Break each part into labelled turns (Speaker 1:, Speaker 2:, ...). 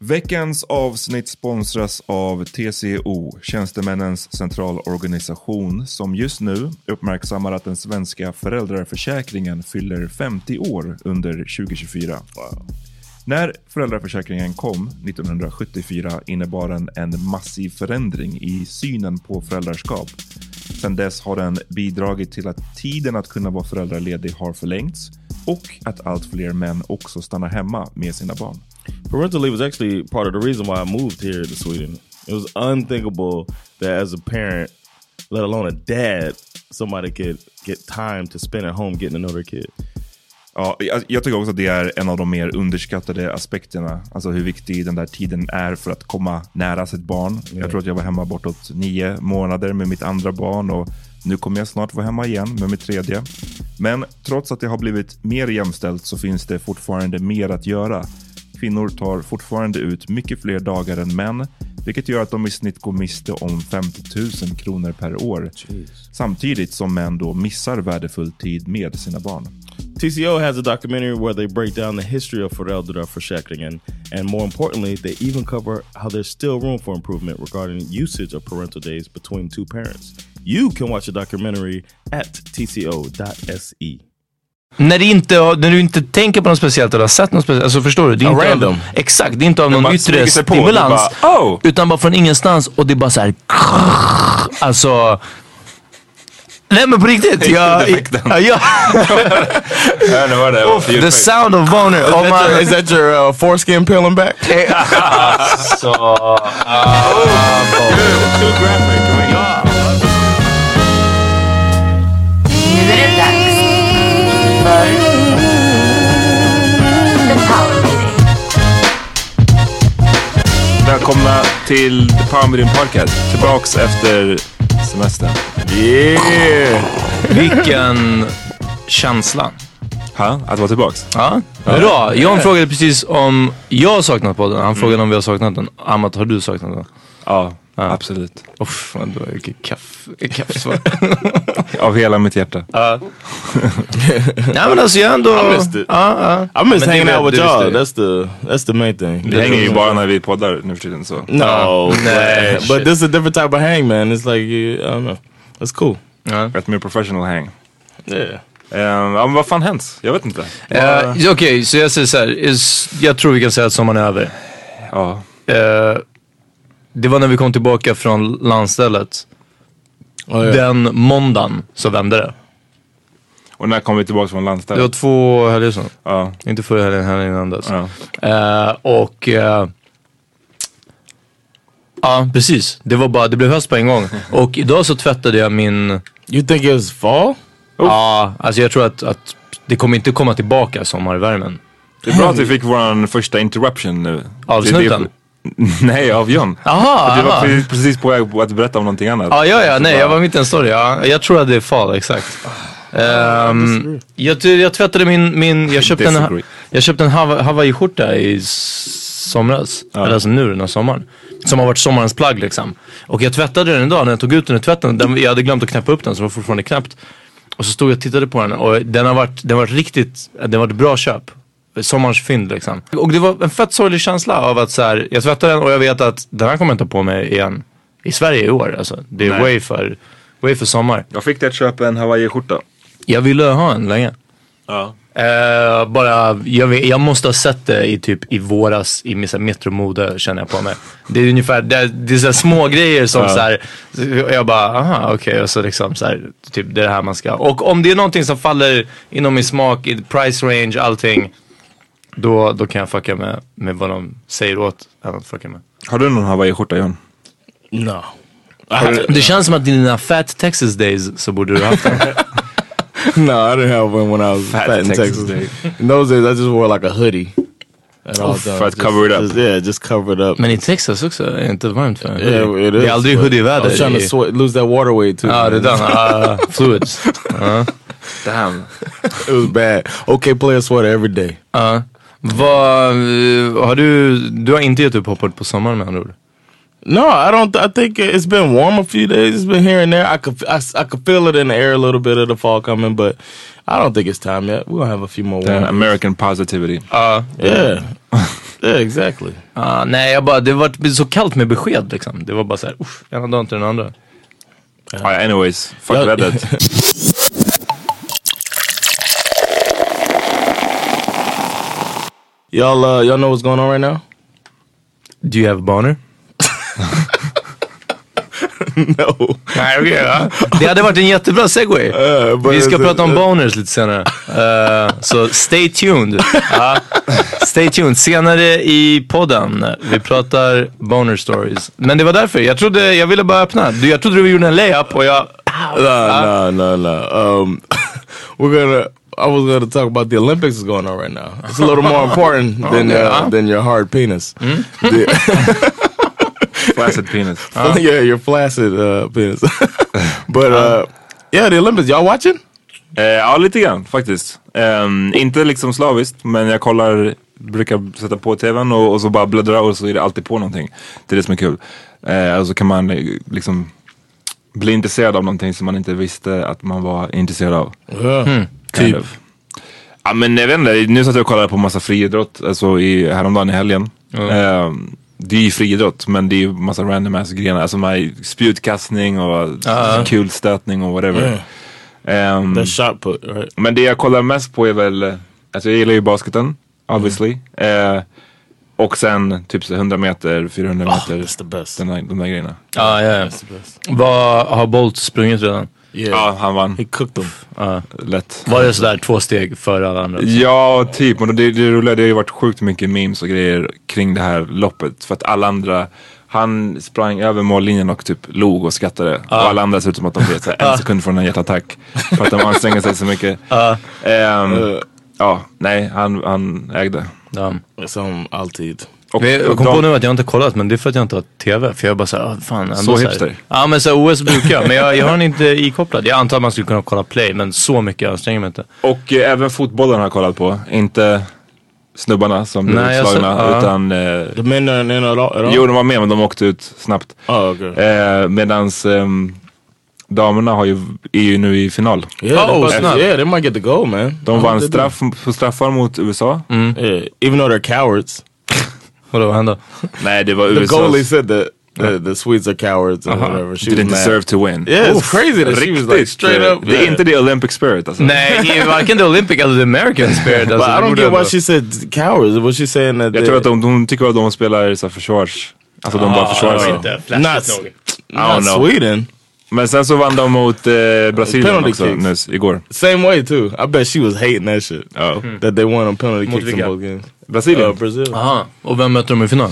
Speaker 1: Veckans avsnitt sponsras av TCO, Tjänstemännens centralorganisation, som just nu uppmärksammar att den svenska föräldraförsäkringen fyller 50 år under 2024. När föräldraförsäkringen kom 1974 innebar den en massiv förändring i synen på föräldraskap. Sedan dess har den bidragit till att tiden att kunna vara föräldraledig har förlängts och att allt fler män också stannar hemma med sina barn.
Speaker 2: Parental leave was actually part of the reason why I moved here to Sweden. It was unthinkable that as a parent, let alone a dad, somebody could get time to spend at home getting to know their kid.
Speaker 1: Ja, jag, jag tycker också att det är en av de mer underskattade aspekterna. Alltså hur viktig den där tiden är för att komma nära sitt barn. Jag tror att jag var hemma bortåt nio månader med mitt andra barn och nu kommer jag snart vara hemma igen med mitt tredje. Men trots att det har blivit mer jämställt så finns det fortfarande mer att göra. Kvinnor tar fortfarande ut mycket fler dagar än män, vilket gör att de i snitt går miste om 50 000 kronor per år. Samtidigt som män då missar värdefull tid med sina barn.
Speaker 2: TCO has a documentary where they break down the history of föräldraförsäkringen and, and more importantly, they even cover how there's still room for improvement regarding usage of parental days between two parents. You can watch the documentary at tco.se.
Speaker 3: När, det inte, när du inte tänker på något speciellt eller har sett något speciellt, alltså förstår du? Det är
Speaker 2: Ja,
Speaker 3: inte
Speaker 2: random.
Speaker 3: Av, exakt, det är inte av någon
Speaker 1: bara smyger
Speaker 3: yttre
Speaker 1: sig på,
Speaker 3: stimulans.
Speaker 1: det är bara, "Oh!"
Speaker 3: Utan bara från ingenstans och det är bara så här. Alltså. Nej men på riktigt. Jag, ja, jag,
Speaker 1: Jag hör det.
Speaker 3: the sound of boner. Om man,
Speaker 2: Is that your uh, foreskin peeling back?
Speaker 3: alltså,
Speaker 1: Välkomna till The Power Medium Podcast. Tillbaks efter semestern.
Speaker 2: Yeah!
Speaker 3: vilken känsla.
Speaker 1: Ha? Att vara tillbaks?
Speaker 3: Ja. Bra. John frågade precis om jag har saknat podden.
Speaker 2: Mm.
Speaker 3: Han frågade om vi har saknat den. Amat, har du saknat den?
Speaker 1: Ja, absolut.
Speaker 3: Uff, vad det var vilket kaff, kaffsvar.
Speaker 1: Av hela mitt hjärta.
Speaker 3: Nej men alltså jag har ändå...
Speaker 2: I missed it.
Speaker 3: Ja,
Speaker 2: I miss
Speaker 1: Men
Speaker 2: hanging
Speaker 1: det-
Speaker 2: out with
Speaker 1: det visste
Speaker 2: y'all.
Speaker 1: jag.
Speaker 2: That's the that's the main thing.
Speaker 1: Vi hänger ju bara när vi poddar nu för tiden så.
Speaker 2: No,
Speaker 3: Nah,
Speaker 2: but this is a different type of hang, man. It's like you, I don't know. That's cool.
Speaker 3: ja.
Speaker 1: Ett mer professional hang.
Speaker 2: Yeah.
Speaker 1: Ehm, ja, men vad fan hänt? Jag vet inte.
Speaker 3: Eh, Okej, så jag säger så här. is- Jag tror vi kan säga att sommaren är över.
Speaker 1: Ja.
Speaker 3: Eh, det var när vi kom tillbaka från landstället.
Speaker 2: Oh, yeah.
Speaker 3: Den måndagen så vände det.
Speaker 1: Och när kom vi tillbaks från
Speaker 3: Det var
Speaker 1: landstället?
Speaker 3: två helger sedan.
Speaker 1: Ja.
Speaker 3: Inte förra helgen, helgen innan dess.
Speaker 1: ja.
Speaker 3: Eh, och... eh, Ja, precis. Det var bara, det blev höst på en gång. Och idag så tvättade jag min...
Speaker 2: You think it was fall?
Speaker 3: Ja, alltså jag tror att, att det kommer inte komma tillbaka sommarvärmen.
Speaker 1: Det är bra att vi fick vår första interruption nu.
Speaker 3: Av
Speaker 1: Det är det-
Speaker 3: snuten?
Speaker 1: Nej, av John.
Speaker 3: Aha,
Speaker 1: Du var
Speaker 3: Ah, aha. Ah,
Speaker 1: precis- precis på väg att berätta om någonting annat.
Speaker 3: Ja, ja, ja, nej,
Speaker 1: Alltså bara-
Speaker 3: jag var mitt i en story. Ja, jag tror att det är fall, exakt. Ehm, jag, ty- jag tvättade min, min jag köpte en,
Speaker 1: Disagree.
Speaker 3: jag köpte en Hawa- Hawaii-skjorta i s- somras, eller alltså nu den här sommaren. Som har varit sommarens plagg liksom. Och jag tvättade den idag när jag tog ut den ur tvätten. Den, jag hade glömt att knäppa upp den så den var fortfarande knäppt. Och så stod jag och tittade på den och den har varit, den har varit riktigt, den har varit ett bra köp. Sommarens fynd liksom. Och det var en fett sorglig känsla av att så här, jag tvättade den och jag vet att den här kommer jag inte ha på mig igen. I Sverige i år alltså. Det är
Speaker 1: Nej.
Speaker 3: way för, way för sommar.
Speaker 1: Jag fick dig att köpa en hawaiiskjorta.
Speaker 3: Jag ville ha en länge.
Speaker 1: Ja.
Speaker 3: Eh, bara, jag, vet, jag måste ha sett det i typ i våras i min så här metromode känner jag på mig. Det är ungefär, det, är- det är så här små grejer som så här, jag bara, aha okej och så liksom så här, typ det är det här man ska. Och om det är någonting som faller inom min smak, i price range, allting. Då, då kan jag fucka med, med vad de säger åt än att fucka med.
Speaker 1: Har du någon hawaiiskjorta John?
Speaker 4: No.
Speaker 3: Det känns som att i dina fat Texas days så borde du haft den.
Speaker 4: no, I didn't have one when I was fat, in Texas.
Speaker 1: Texas
Speaker 4: In those days, I just wore like a hoodie. At all times.
Speaker 1: to
Speaker 4: Just-
Speaker 1: cover it up.
Speaker 4: just- yeah, just cover it up.
Speaker 3: Men i Texas också är det inte varmt för en hoodie.
Speaker 4: yeah, it is.
Speaker 3: Det är aldrig
Speaker 4: but
Speaker 3: hoodie-väder.
Speaker 4: I was trying to
Speaker 3: i-
Speaker 4: sweat, lose that water weight too.
Speaker 3: Ja, det är den. Ah, fluids.
Speaker 1: Damn.
Speaker 4: It was bad. Okay, player sweater every day.
Speaker 3: Ja. Vad, eh, har du, du har inte gett upp hoppet på sommaren med andra ord?
Speaker 4: No, I don't. I think it's been warm a few days. It's been here and there. I could, I, I could feel it in the air a little bit of the fall coming, but I don't think it's time yet. We're gonna have a few more.
Speaker 1: Damn.
Speaker 4: Warm.
Speaker 1: American positivity.
Speaker 4: Yeah, yeah, exactly.
Speaker 3: Ah, nej, jag bara, det har varit så kallt med besked liksom. Det var bara såhär, uff, ena dagen till den andra.
Speaker 1: Ah, ja, anyways, fuck
Speaker 4: Ja.
Speaker 1: vädret.
Speaker 4: Y'all, uh, y'all know what's going on right now?
Speaker 3: Do you have a boner?
Speaker 4: No,
Speaker 3: Nej, okej. ja. Det hade varit en jättebra segway. Vi ska
Speaker 4: alltså,
Speaker 3: prata om boners lite senare. Eh, så stay tuned. Ja, stay tuned. Senare i podden, vi pratar boner stories. Men det var därför, jag trodde, jag ville bara öppna. Du, jag trodde du gjorde en layup och jag...
Speaker 4: no, no, no, no. Um, we're gonna. I was gonna talk about the Olympics is going on right now. It's a little more important than uh, than your hard penis. The-
Speaker 1: Flaccid penis.
Speaker 4: yeah, your flaccid uh, penis. but uh, yeah, the Olympics. Y'all watching?
Speaker 1: Eh, ja, lite grann faktiskt. Ehm, inte liksom slaviskt, men jag kollar, brukar sätta på tvn och, och så bara bläddrar och så är det alltid på någonting. Det är det som är kul. Eh, och så kan man eh, liksom bli intresserad av någonting som man inte visste att man var intresserad av. Kind
Speaker 3: Typ.
Speaker 1: of. Ja men jag vet inte, nu satt jag och kollade på massa friidrott, alltså i, häromdagen i helgen. Ehm, det är ju friidrott men det är ju massa random ass grenar, alltså man har spjutkastning och kulstötning och whatever. Ehm,
Speaker 4: shot put, right?
Speaker 1: men det jag kollar mest på är väl, alltså jag gillar ju basketen, obviously. Eh, och sen typ så 100 meter, 400 meter,
Speaker 4: that's the best.
Speaker 1: den där, de där grejerna.
Speaker 3: Ja, ja, ja. Vad har Bolt sprungit redan?
Speaker 4: Yeah.
Speaker 1: Ja, han vann
Speaker 4: He cooked them.
Speaker 1: lätt.
Speaker 3: Var det sådär två steg före alla andra?
Speaker 1: Ja, typ. Och det, det roliga det har ju varit sjukt mycket memes och grejer kring det här loppet. För att alla andra, han sprang över mållinjen och typ log och skrattade. Och alla andra ser ut som att de vet så här, en sekund från en hjärtattack. För att de anstränger sig så mycket. Ehm, ja, nej, han, han ägde.
Speaker 3: Ja.
Speaker 4: Som alltid.
Speaker 1: Och,
Speaker 3: Men Jag
Speaker 1: och
Speaker 3: kom
Speaker 1: de-
Speaker 3: på nu att jag inte kollat men det är för att jag inte har TV. För jag bara såhär, ah, fan. Ändå
Speaker 1: Så
Speaker 3: här-
Speaker 1: hipster.
Speaker 3: Ja men såhär OS brukar jag. Men jag, jag har den inte ikopplad. Jag antar att man skulle kunna kolla play men så mycket anstränger jag mig inte.
Speaker 1: Och eh, även fotbollen har jag kollat på. Inte snubbarna som blev
Speaker 3: Nej, jag
Speaker 1: utslagna.
Speaker 3: ser- ja.
Speaker 1: utan, eh,
Speaker 4: The men aren't in at all. At all?
Speaker 1: jo, de var med men de åkte ut snabbt.
Speaker 4: oh, okay.
Speaker 1: Eh, medans ehm, damerna har ju, är ju nu i final.
Speaker 4: Yeah,
Speaker 3: Oh,
Speaker 4: they
Speaker 3: snap.
Speaker 4: about, yeah, they might get the goal, man.
Speaker 1: De
Speaker 4: I
Speaker 1: vann
Speaker 4: hope they do.
Speaker 1: straff, på straffar mot USA.
Speaker 3: Mm.
Speaker 4: Yeah, Eh, even though they're cowards.
Speaker 3: Vadå, vad hände?
Speaker 1: Nej, det var
Speaker 4: The
Speaker 1: USA.
Speaker 4: goalie said that the, the Swedes are cowards and whatever. She was
Speaker 1: Didn't
Speaker 4: mad.
Speaker 1: deserve to win.
Speaker 4: Yeah, it's crazy that she was like
Speaker 1: Riktigt,
Speaker 4: straight
Speaker 1: eh,
Speaker 4: up.
Speaker 1: Det är
Speaker 4: yeah.
Speaker 1: inte the Olympic spirit alltså.
Speaker 3: Nej, varken the Olympic eller the American spirit. alltså,
Speaker 4: But I don't get why she said cowards. Was she saying that?
Speaker 1: Jag
Speaker 4: they-
Speaker 1: tror att de, de tycker att de spelar så här försvars... Alltså de
Speaker 3: Ah,
Speaker 1: bara försvarar sig.
Speaker 4: Not,
Speaker 1: don't
Speaker 4: not
Speaker 1: know.
Speaker 4: Sweden.
Speaker 1: Men sen så vann de mot eh, Brasilien
Speaker 4: Penalty
Speaker 1: också
Speaker 4: kicks.
Speaker 1: nyss, igår.
Speaker 4: Same way too. I bet she was hating that shit.
Speaker 1: Oh.
Speaker 4: That they won on penalty
Speaker 3: Mot
Speaker 4: kicks in
Speaker 3: vilka?
Speaker 4: both games.
Speaker 1: Brasilien?
Speaker 4: Uh, Brazil.
Speaker 3: Aha, och vem möter de i final?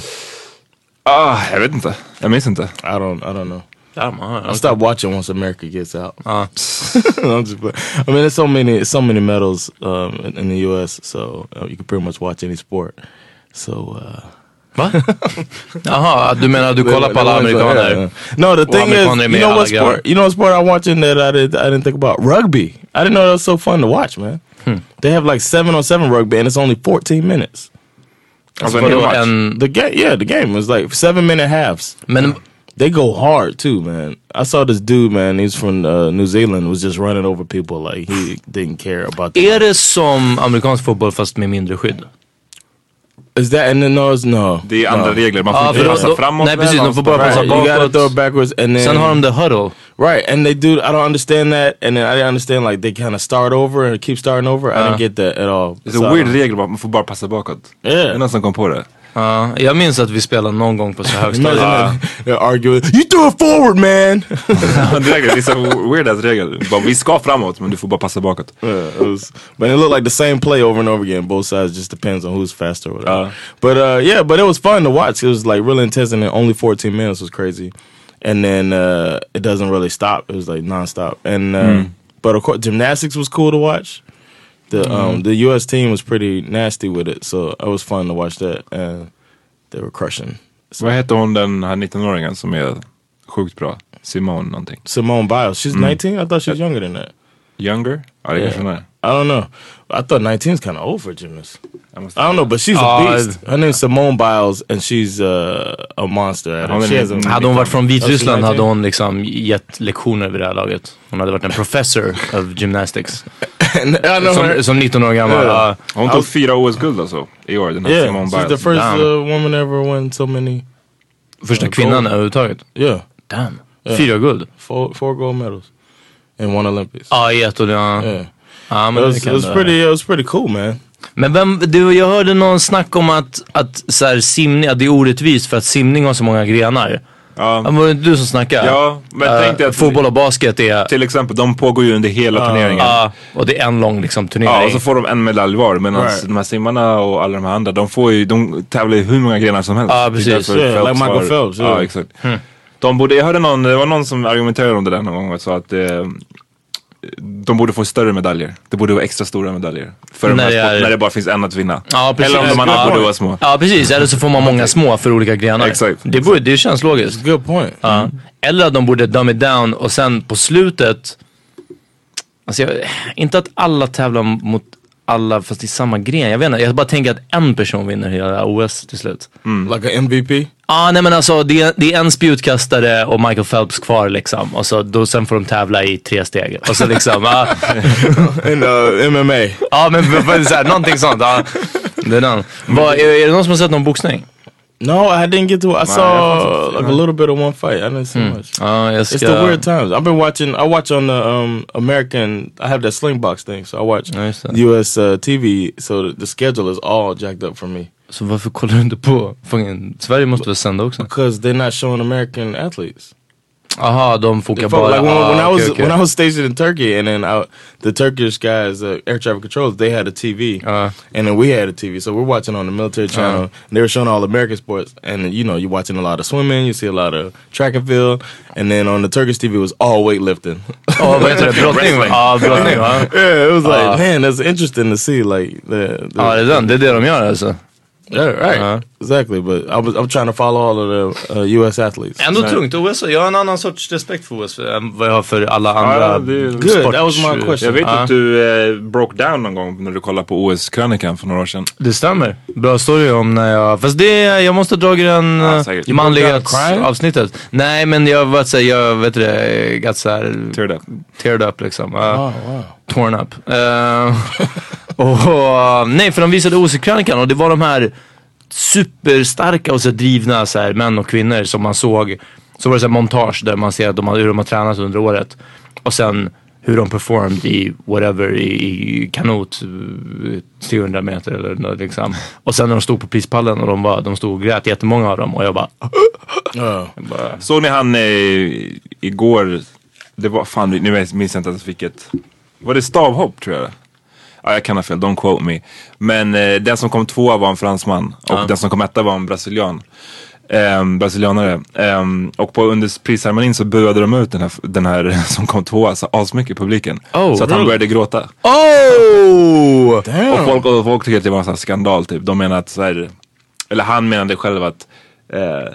Speaker 1: Ah, jag vet inte. Jag minns inte.
Speaker 4: I don't. I don't know.
Speaker 3: Damn, aha,
Speaker 4: I
Speaker 3: ja.
Speaker 4: stop watching once America gets out. I'm just playing. I mean, there's so many, so many medals um, in, in the U.S. So uh, you can pretty much watch any sport. So uh,
Speaker 3: Va? Jaha, du menar du kollar på alla
Speaker 4: Yeah, yeah,
Speaker 3: amerikaner?
Speaker 4: yeah. No, the
Speaker 3: Well,
Speaker 4: thing
Speaker 3: I'm a
Speaker 4: is,
Speaker 3: corner
Speaker 4: you
Speaker 3: man, I
Speaker 4: know what
Speaker 3: like
Speaker 4: sport?
Speaker 3: it.
Speaker 4: You know what sport I'm watching that I didn't, I didn't think about? Rugby.
Speaker 3: I didn't know that was so fun to watch, man. They have like seven on seven rugby, and it's only fourteen minutes.
Speaker 5: Alltså,
Speaker 1: en hel
Speaker 5: vadå,
Speaker 1: match.
Speaker 5: en,
Speaker 3: The game, yeah, the game was like seven minute halves.
Speaker 5: men
Speaker 3: They go hard too, man. I saw this dude, man. He's from uh, New Zealand. Was just running over people like he didn't care about. The
Speaker 5: är det som amerikansk fotboll fast med mindre skydd?
Speaker 3: Is that in the nose? No.
Speaker 1: Det är andra
Speaker 3: no.
Speaker 1: regler. Man
Speaker 5: Ja,
Speaker 1: får inte
Speaker 5: för då-
Speaker 1: passa
Speaker 5: då-
Speaker 1: framåt.
Speaker 5: nej,
Speaker 1: med
Speaker 5: precis, de
Speaker 1: vänster.
Speaker 5: får bara
Speaker 3: Right,
Speaker 5: passa
Speaker 3: you gotta
Speaker 5: bakåt.
Speaker 3: throw it backwards and then
Speaker 5: Sen har de the huddle.
Speaker 3: right, and they do. I don't understand that, and then I didn't understand like they kind of start over and keep starting over. I
Speaker 5: Uh.
Speaker 3: didn't get that at all.
Speaker 1: Det är
Speaker 3: So I
Speaker 1: så weird
Speaker 3: don't-
Speaker 1: regel, bara, man får bara passa bakåt. Det är
Speaker 3: Yeah,
Speaker 1: någon som kom på det.
Speaker 5: Ja, jag minns att vi spelade någon gång på så högstadiet.
Speaker 3: Imagine that. they're arguing. You threw it forward, man.
Speaker 1: det är regler, det är så weird ass regel. Bara, vi ska framåt men du får bara passa bakåt.
Speaker 3: Yeah, it was, but it looked like the same play over and over again. Both sides just depends on who's faster. Or whatever.
Speaker 1: Uh.
Speaker 3: but uh, yeah, but it was fun to watch. It was like really intense, and then only 14 minutes was crazy. And then uh, it doesn't really stop. It was like nonstop. And uh, but of course, gymnastics was cool to watch. The um, the U.S. team was pretty nasty with it, so it was fun to watch that. Uh, they were crushing
Speaker 1: Vad heter hon den här 19-åringen som är sjukt bra? Simone någonting.
Speaker 3: Simone Biles. She's 19. I thought she was younger than that.
Speaker 1: Younger? Ja det kanske hon är.
Speaker 3: I don't know. I thought 19 is kind of old for a gymnast.
Speaker 1: Jag måste-
Speaker 3: I don't know, but she's
Speaker 5: Uh,
Speaker 3: a beast. Her name's Simone Biles, and she's uh, a monster. At
Speaker 1: Hon
Speaker 3: it.
Speaker 1: är
Speaker 3: She has a,
Speaker 1: liten.
Speaker 5: Hade hon varit från Vitryssland
Speaker 3: Alltså,
Speaker 5: hade hon liksom gett lektioner vid det här laget. Hon hade varit en professor of gymnastics.
Speaker 3: I know her.
Speaker 5: Som, som 19 år gammal.
Speaker 3: Yeah.
Speaker 5: Ja.
Speaker 1: Hon tog fyra OS-guld alltså i år, den här
Speaker 3: Yeah,
Speaker 1: Simone
Speaker 3: she's
Speaker 1: Biles.
Speaker 3: the first
Speaker 5: Alltså, Damn.
Speaker 3: uh, woman to ever win so many. uh,
Speaker 5: första kvinnan överhuvudtaget.
Speaker 3: Yeah,
Speaker 5: Damn. Fyra guld.
Speaker 3: four four gold medals in one Olympics.
Speaker 5: Ja, i ett och det. Ja,
Speaker 3: Yeah,
Speaker 5: Ja,
Speaker 3: it
Speaker 5: Ah, men det
Speaker 3: was, it
Speaker 5: kan
Speaker 3: was
Speaker 5: det.
Speaker 3: pretty. It was pretty cool, man.
Speaker 5: Men vem, du, jag hörde någon snack om att, att så här, simning, att det är orättvist för att simning har så många grenar.
Speaker 1: Ja.
Speaker 5: Ja, Var det du som snackade?
Speaker 1: Ja, men
Speaker 5: Eh,
Speaker 1: tänk dig att-
Speaker 5: Fotboll och basket är...
Speaker 1: Till exempel, de pågår ju under hela
Speaker 3: Ah.
Speaker 1: turneringen.
Speaker 5: Ja, och det är en lång liksom turnering.
Speaker 1: Ja, och så får de en medalj var. Medan
Speaker 3: Right.
Speaker 1: de här simmarna och alla de här andra, de, får ju, de tävlar ju hur många grenar som helst.
Speaker 5: Ja,
Speaker 1: Det är
Speaker 5: precis.
Speaker 1: därför
Speaker 3: Yeah, like Michael
Speaker 1: har-
Speaker 3: Phelps, yeah.
Speaker 1: Ja, exakt.
Speaker 5: Hmm.
Speaker 1: De borde, jag hörde någon, det var någon som argumenterade om det där någon gång och sa att eh, de borde få större medaljer. Det borde vara extra stora medaljer. För när, de
Speaker 5: När
Speaker 1: här
Speaker 5: det
Speaker 1: sport,
Speaker 5: är-
Speaker 1: när det bara finns en att vinna.
Speaker 5: Ja, precis.
Speaker 1: Eller om de andra
Speaker 5: ja.
Speaker 1: borde vara små.
Speaker 5: Ja, precis. Eller så får man många små för olika grenar.
Speaker 1: Exakt.
Speaker 5: Det, borde, det känns logiskt.
Speaker 3: Good point.
Speaker 5: Ja. Eller att de borde dumb it down och sen på slutet... Alltså jag, inte att alla tävlar mot alla fast i samma gren. Jag vet inte. Jag bara tänker att en person vinner hela OS till slut.
Speaker 1: Mm.
Speaker 3: Like an MVP.
Speaker 5: ah, nej men alltså det är, det är en spjutkastare och Michael Phelps kvar liksom. Och så, då, sen får de tävla i tre steg. Och så liksom, ja
Speaker 3: in uh, MMA.
Speaker 5: ah, men för, för, så här, någonting sånt. ja. det är, den. Vad- är, är det någon som har sett någon boxning?
Speaker 3: No, I didn't get to. I saw
Speaker 1: that's-
Speaker 3: like a little bit of one fight. I didn't see
Speaker 5: Hmm.
Speaker 3: much.
Speaker 5: Ja, jag ska...
Speaker 3: It's the weird times. I've been watching. I watch on the um, American. I have that Sling Box thing, so I watch
Speaker 5: Nice.
Speaker 3: U.S. Uh, TV. So the, the schedule is all jacked up for me
Speaker 5: Så varför kollar du inte på? Fucking, Sverige måste väl sända också?
Speaker 3: because they're not showing American athletes.
Speaker 5: Aha, de fokar
Speaker 3: Like
Speaker 5: bara...
Speaker 3: when, when I
Speaker 1: uh,
Speaker 5: Ah,
Speaker 3: was
Speaker 5: okej, okej.
Speaker 3: when I was stationed in Turkey, and then I, the Turkish guys, uh, air traffic controllers, they had a TV,
Speaker 5: Uh.
Speaker 3: and then we had a TV. So we're watching on the military channel. And they were showing all American sports, and you know you're watching a lot of swimming, you see a lot of track and field, and then on the Turkish TV it was all weightlifting.
Speaker 5: Ja, vad heter det? Brottning? va? Ja, brottning va?
Speaker 3: Yeah, it was like,
Speaker 5: Uh,
Speaker 3: man, that's interesting to see. Like the, the
Speaker 5: Ja, det är den. Ah, Det är det de gör alltså.
Speaker 3: yeah, right,
Speaker 5: Uh-huh.
Speaker 3: exactly. But I was, I'm trying to follow all of the uh, U.S. athletes.
Speaker 5: Ändå tungt. OS, jag har en annan sorts respekt för OS än vad jag har för alla andra
Speaker 1: Ja, det är-
Speaker 5: sport...
Speaker 3: Good, that was my question.
Speaker 1: Jag
Speaker 3: Ah.
Speaker 1: vet
Speaker 5: Ja.
Speaker 1: att du eh, broke down någon gång när du kollade på OS-krönikan för några år sedan.
Speaker 5: Det stämmer. Bra story om när jag... Fast det, jag måste ha dragit den
Speaker 1: Ja,
Speaker 5: ah,
Speaker 1: säkert.
Speaker 5: manlighetsavsnittet. Nej, men jag var såhär, jag vet det, got såhär...
Speaker 1: Teared up.
Speaker 5: Teared up liksom. Ja.
Speaker 3: Oh
Speaker 1: Ah,
Speaker 3: wow.
Speaker 5: torn up. Eh, och, eh, nej, för de visade OC-krönikan och det var de här superstarka och så drivna så här, män och kvinnor som man såg. Så var det så här montage där man ser att de, har- hur de har tränat under året och sen hur de performed i whatever i, i kanot eh, 300 meter eller något liksom. Och sen när de stod på prispallen och de, var, de stod och grät, jättemånga av dem och jag bara
Speaker 3: Oh.
Speaker 1: Såg ni han eh, igår? Det var, fan nu minns minns jag inte ens vilket. Var det stavhopp tror jag? Ja, jag kan ha fel, don't quote me. Men eh, den som kom tvåa var en fransman och den som kom etta var en brasilian. Ehm, brasilianare. Ehm, och på under prisceremonin så buade de ut den här, den här som kom tvåa så asmycket i publiken.
Speaker 5: Oh,
Speaker 1: så att han
Speaker 5: really?
Speaker 1: började gråta.
Speaker 5: Oh!
Speaker 1: Och folk, och folk tycker att det var en sån här skandal typ. De menar att så här, eller han menade själv att eh,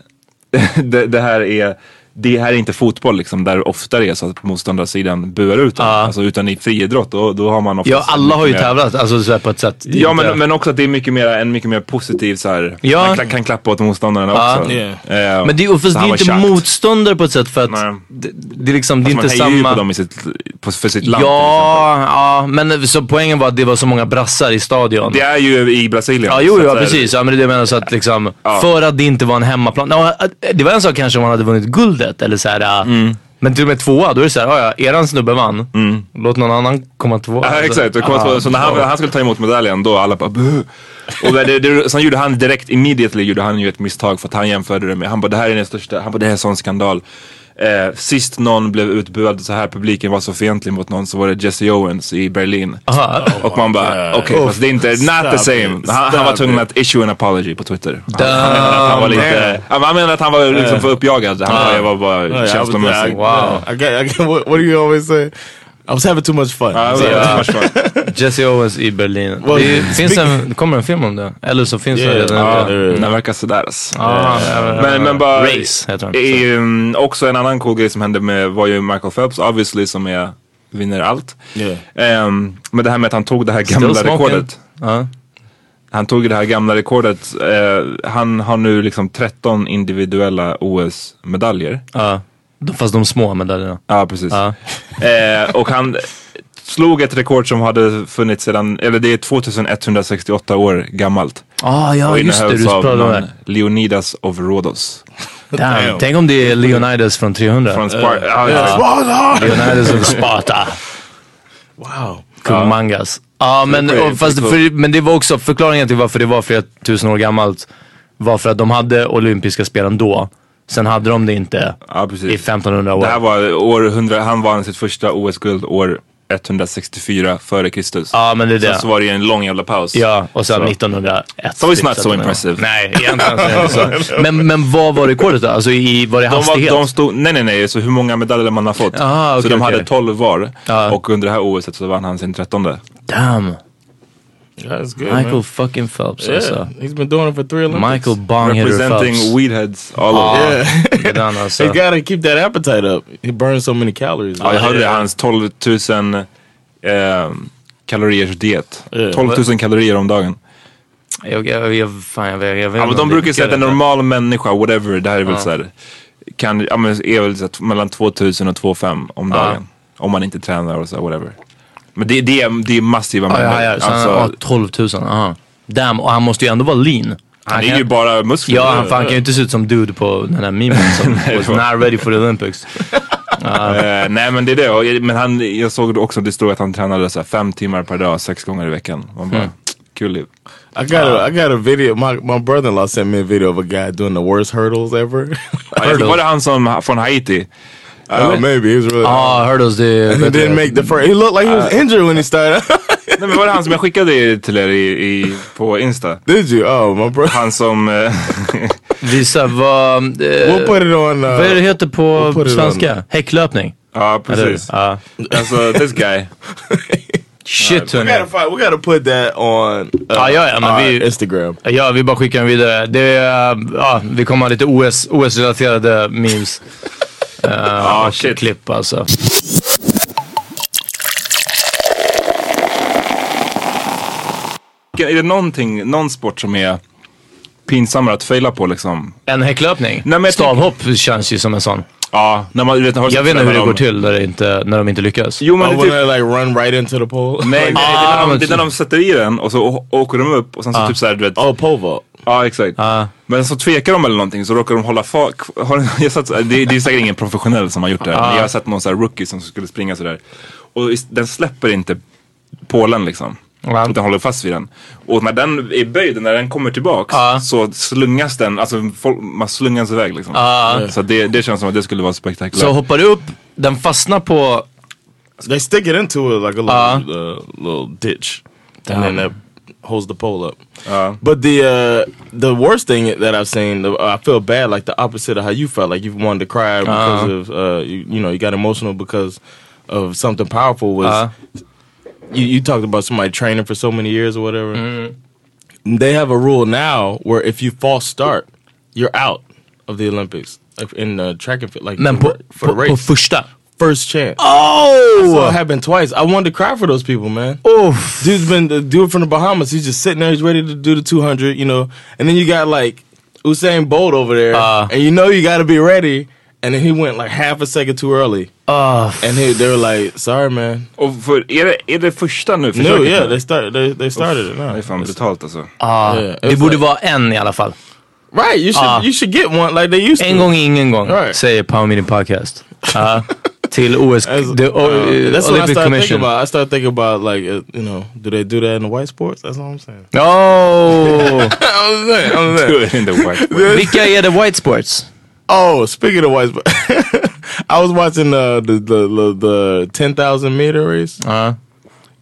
Speaker 1: det, det här är det här är inte fotboll liksom, där det ofta är så att motståndarsidan buar ut en.
Speaker 5: Ja.
Speaker 1: Alltså utan i friidrott, då, då har man ofta...
Speaker 5: Ja, alla har ju tävlat alltså, så här, på ett sätt.
Speaker 1: Ja,
Speaker 5: Inte-
Speaker 1: men, men också att det är mycket mer, en mycket mer positiv så här,
Speaker 5: Ja.
Speaker 1: man kan, kan klappa åt motståndarna
Speaker 5: Ja.
Speaker 1: också.
Speaker 3: Yeah.
Speaker 1: Eh,
Speaker 5: Men det, och fast det är
Speaker 1: så han
Speaker 5: ju
Speaker 1: var
Speaker 5: inte
Speaker 1: tjackt.
Speaker 5: motståndare på ett sätt för att
Speaker 1: Nej.
Speaker 5: det, det är liksom, det är
Speaker 1: Fast
Speaker 5: inte
Speaker 1: man hejar ju på dem
Speaker 5: samma.
Speaker 1: i sitt, på, för sitt land.
Speaker 5: Ja, ja, men så poängen var att det var så många brassar i stadion.
Speaker 1: liksom. Det är ju i Brasilien.
Speaker 5: Ja, jo,
Speaker 1: Så
Speaker 5: ja,
Speaker 1: att så här-
Speaker 5: precis. Ja, men det är det jag menar. Så att liksom, För att det inte var en hemmaplan. Ja, det var en sak kanske om man hade vunnit guldet eller så här. ja.
Speaker 1: Mm.
Speaker 5: Men till och med tvåa, då är det så här, ja, ja, eran snubbe vann. Låt någon annan komma tvåa.
Speaker 1: Ja,
Speaker 5: Alltså,
Speaker 1: exakt. Det kom att- så när han, han skulle ta emot medaljen då alla bara "Buh." och det, det, det, Sen gjorde han direkt, immediately gjorde han ju ett misstag för att han jämförde det med, han bara det här är den största, han bara det här är en sån skandal. Eh, sist någon blev utbuad så här, publiken var så fientlig mot någon så var det Jesse Owens i Berlin.
Speaker 5: Aha.
Speaker 1: och man bara Ah, okej, fast det är inte, not the
Speaker 3: Stop it.
Speaker 1: same. Han, han var
Speaker 3: Stop
Speaker 1: tvungen
Speaker 3: it.
Speaker 1: att issue an apology på Twitter. Han, han menade att han var lite, han, han menade att han var liksom för uppjagad. Han bara, jag var bara
Speaker 3: I was- I-
Speaker 1: känslomässig.
Speaker 5: Wow.
Speaker 3: I get, I get, what, what do you always say? I was having too much fun.
Speaker 1: Ja,
Speaker 3: So-
Speaker 1: det var- det var-
Speaker 5: Jesse Owens i Berlin.
Speaker 3: Well,
Speaker 5: det är, finns
Speaker 3: speaking-
Speaker 5: en, kommer en film om det? Eller så finns
Speaker 3: Yeah.
Speaker 5: det redan.
Speaker 1: Ja,
Speaker 5: Ja.
Speaker 1: den verkar sådär alltså.
Speaker 5: Ja, ja, ja, ja.
Speaker 1: Men, men bara...
Speaker 5: Race heter den.
Speaker 1: är ju, mm, också en annan cool grej som hände med, var ju Michael Phelps obviously som är, vinner allt.
Speaker 3: Yeah.
Speaker 1: Ehm, men det här med att han tog det här
Speaker 5: Still
Speaker 1: gamla
Speaker 5: smoking.
Speaker 1: rekordet.
Speaker 5: Ja.
Speaker 1: Han tog ju det här gamla rekordet. eh, han har nu liksom 13 individuella OS-medaljer.
Speaker 5: Ja. De- Fast de små medaljerna.
Speaker 1: Ja, precis.
Speaker 5: Ja.
Speaker 1: Eh, och han slog ett rekord som hade funnits sedan, eller det är 2168 år gammalt.
Speaker 5: Ah, ja,
Speaker 1: och
Speaker 5: just det. Du
Speaker 1: innehölls av
Speaker 5: pratade om
Speaker 1: någon
Speaker 5: det.
Speaker 1: Leonidas of Rhodos.
Speaker 5: Damn. Tänk om det är Leonidas från 300.
Speaker 1: Från Spar- ja, ja.
Speaker 5: Leonidas of Sparta.
Speaker 3: Wow.
Speaker 5: Kung Mangas. Ja, men,
Speaker 1: pretty-
Speaker 5: och, fast,
Speaker 1: pretty
Speaker 5: för, men det var också förklaringen till varför det var flera tusen år gammalt. Var för att de hade olympiska spelen då. Sen hade de det inte
Speaker 1: Ja,
Speaker 5: i
Speaker 1: precis.
Speaker 5: 1500 år.
Speaker 1: Det här var år 100, han vann sitt första OS-guld år 164 före Kristus.
Speaker 5: Ja, men det är
Speaker 1: Sen
Speaker 5: det.
Speaker 1: så var det ju en lång jävla paus.
Speaker 5: Ja, och sen
Speaker 1: Så.
Speaker 5: 1901.
Speaker 1: So it's not
Speaker 5: typ,
Speaker 1: so
Speaker 5: att de-
Speaker 1: impressive.
Speaker 5: Nej, egentligen så är det så. Men, men vad var rekordet då? Alltså i, var det
Speaker 1: De var,
Speaker 5: hastighet?
Speaker 1: de stod, nej nej nej, så hur många medaljer man har fått.
Speaker 5: Ah, okej,
Speaker 1: så de
Speaker 5: okej.
Speaker 1: hade 12 var
Speaker 5: Ja.
Speaker 1: och under det här OSet så vann han sin trettonde.
Speaker 5: Damn.
Speaker 3: That's good.
Speaker 5: Michael
Speaker 3: man.
Speaker 5: fucking Phelps
Speaker 3: Yeah.
Speaker 5: alltså.
Speaker 3: He's been doing it for three Olympics.
Speaker 5: Michael Bonghitter Phelps. Ah.
Speaker 1: Representing weedheads all over.
Speaker 3: Yeah.
Speaker 5: Det där, alltså.
Speaker 3: He gotta keep that appetite up. He burns so many calories.
Speaker 1: Ja, jag hörde det, hans 12 000 eh, kaloriers diet.
Speaker 5: Eh,
Speaker 3: Ja.
Speaker 1: 12 000 kalorier om dagen.
Speaker 5: Jag, jag, jag, fan, jag, vet- jag vet
Speaker 1: Ja, men
Speaker 5: inte om
Speaker 1: de
Speaker 5: det
Speaker 1: brukar säga att en
Speaker 5: lyckades.
Speaker 1: normal människa, whatever, det här är väl så här, kan, ja, men är väl så här, mellan 2000 och 2500 om dagen. Om man inte tränar och så, här, whatever. Men det, det, är, det är massiva
Speaker 5: Ja,
Speaker 1: mängder.
Speaker 5: ja, ja. Så
Speaker 1: Alltså,
Speaker 5: han, ja, 12 000. Aha. Damn, och han måste ju ändå vara lean.
Speaker 1: han är
Speaker 5: kan-
Speaker 1: ju bara muskler.
Speaker 5: Ja, han, för han kan ju inte se ut som dude på den här memen som was not ready for the Olympics.
Speaker 1: Eh, nej men det är det. Och, men han, jag såg också, det stod att han tränade så här, fem timmar per dag, sex gånger i veckan. Man
Speaker 5: Mm.
Speaker 1: bara, kul liv.
Speaker 3: I got
Speaker 5: Uh-huh.
Speaker 3: a I got a video. My my brother in law sent me a video of a guy doing the worst hurdles ever.
Speaker 5: Oh,
Speaker 1: Ja, Alltså, Var det han som, från Haiti?
Speaker 3: oh, maybe he was really.
Speaker 5: Ja, hurdles det...
Speaker 3: he didn't make the first. He looked like he was
Speaker 5: Uh,
Speaker 3: injured when he started.
Speaker 1: Nej men var det han som jag skickade till er i, i, på Insta?
Speaker 3: Did you? Oh, my brother.
Speaker 1: Han som... eh,
Speaker 5: Visa vad... Eh,
Speaker 3: We'll put it on.
Speaker 5: vad är det
Speaker 3: Uh,
Speaker 5: heter på
Speaker 3: We'll put it
Speaker 5: svenska? Häcklöpning?
Speaker 1: ja
Speaker 5: Eller?
Speaker 1: precis.
Speaker 5: Ja.
Speaker 1: Alltså this guy.
Speaker 5: Shit
Speaker 3: we
Speaker 5: hörni.
Speaker 3: gotta find, We gotta put that on. Uh,
Speaker 5: Ah, yeah, I mean,
Speaker 3: our
Speaker 5: we-
Speaker 3: Instagram.
Speaker 5: Ja, vi bara skickar den vidare. Det, är, eh, ja, vi kommer ha lite OS, OS-relaterade memes.
Speaker 1: Ja
Speaker 5: och
Speaker 1: shit.
Speaker 5: klipp alltså.
Speaker 1: Är det någonting, någon sport som är pinsammare att faila på liksom?
Speaker 5: En häcklöpning?
Speaker 1: men jag
Speaker 5: Stavhopp känns ju som en sån.
Speaker 1: Ja, när man, du vet, har
Speaker 5: Jag vet inte hur det
Speaker 1: när
Speaker 5: går
Speaker 1: de-
Speaker 5: till när, det inte, när de inte lyckas.
Speaker 1: Jo men
Speaker 3: Oh,
Speaker 1: det
Speaker 3: when
Speaker 1: är
Speaker 3: they
Speaker 1: typ,
Speaker 3: like run right into the pole.
Speaker 1: nej, nej det, är när
Speaker 5: Ah,
Speaker 1: de, det är när de sätter i den och så å- åker de upp och sen så typ såhär du vet.
Speaker 3: oh, pole vault.
Speaker 1: Ja exakt. Men så tvekar de eller någonting så råkar de hålla far, har, jag satt, det, det är säkert ingen professionell som har gjort det här, men jag har sett någon sån här rookie som skulle springa sådär. Och is- den släpper inte pålen liksom.
Speaker 5: Ja.
Speaker 1: Utan håller fast vid den. Och när den är böjd, när den kommer tillbaks
Speaker 5: Ja.
Speaker 1: så slungas den, alltså folk, man slungas iväg liksom. Så det, det känns som att det skulle vara spektakulärt.
Speaker 5: Så hoppar du upp, den fastnar på...
Speaker 3: They stick it into it like a little
Speaker 5: Uh.
Speaker 3: uh, little ditch,
Speaker 5: Damn. Ah.
Speaker 3: and then that holds the pole up.
Speaker 1: Uh.
Speaker 3: But the uh, the worst thing that I've seen, the, I feel bad, like the opposite of how you felt, like you wanted to cry because
Speaker 5: Ah.
Speaker 3: of uh, you, you know you got emotional because of something powerful. Was
Speaker 5: Uh.
Speaker 3: you, you talked about somebody training for so many years or whatever? They have a rule now where if you false start, you're out of the Olympics. like, in uh, track and field, like
Speaker 5: Men på,
Speaker 3: for, for the
Speaker 5: på, på
Speaker 3: race,
Speaker 5: första.
Speaker 3: first chance. So it
Speaker 5: Oh!
Speaker 3: happened twice. I wanted to cry for those people, man.
Speaker 5: Oof.
Speaker 3: Dude's been the dude from the Bahamas. He's just sitting there. He's ready to do the 200, you know. And then you got like Usain Bolt over there,
Speaker 5: Uh.
Speaker 3: and you know you got to be ready. And then he went like half a second too early,
Speaker 5: Ah,
Speaker 3: and he, they were like, "Sorry, man."
Speaker 1: Och för, är, det, är det första nu?
Speaker 3: No, yeah, they started. They, they started it.
Speaker 1: Det
Speaker 3: No.
Speaker 1: är fan brutalt alltså.
Speaker 5: ah.
Speaker 3: Yeah,
Speaker 5: det
Speaker 3: it's
Speaker 5: borde
Speaker 3: like-
Speaker 5: vara en i alla fall.
Speaker 3: Right? You should
Speaker 5: Ah.
Speaker 3: you should get one like they used to.
Speaker 5: En gång är ingen gång,
Speaker 3: Right.
Speaker 5: säger Power Meeting Podcast. Ja. till OS,
Speaker 3: As-
Speaker 5: the, o-
Speaker 3: uh, that's what I
Speaker 5: Olympic
Speaker 3: started thinking
Speaker 5: Commission.
Speaker 3: about. I started thinking about like uh, you know, do they do that in the white sports? That's all I'm saying.
Speaker 5: Oh!
Speaker 3: I'm saying, I'm saying.
Speaker 1: Good in the white way.
Speaker 5: Vilka är the white sports?
Speaker 3: Oh, speaking of white, sports, I was watching uh, the the the, the ten thousand meter race,
Speaker 5: Ja.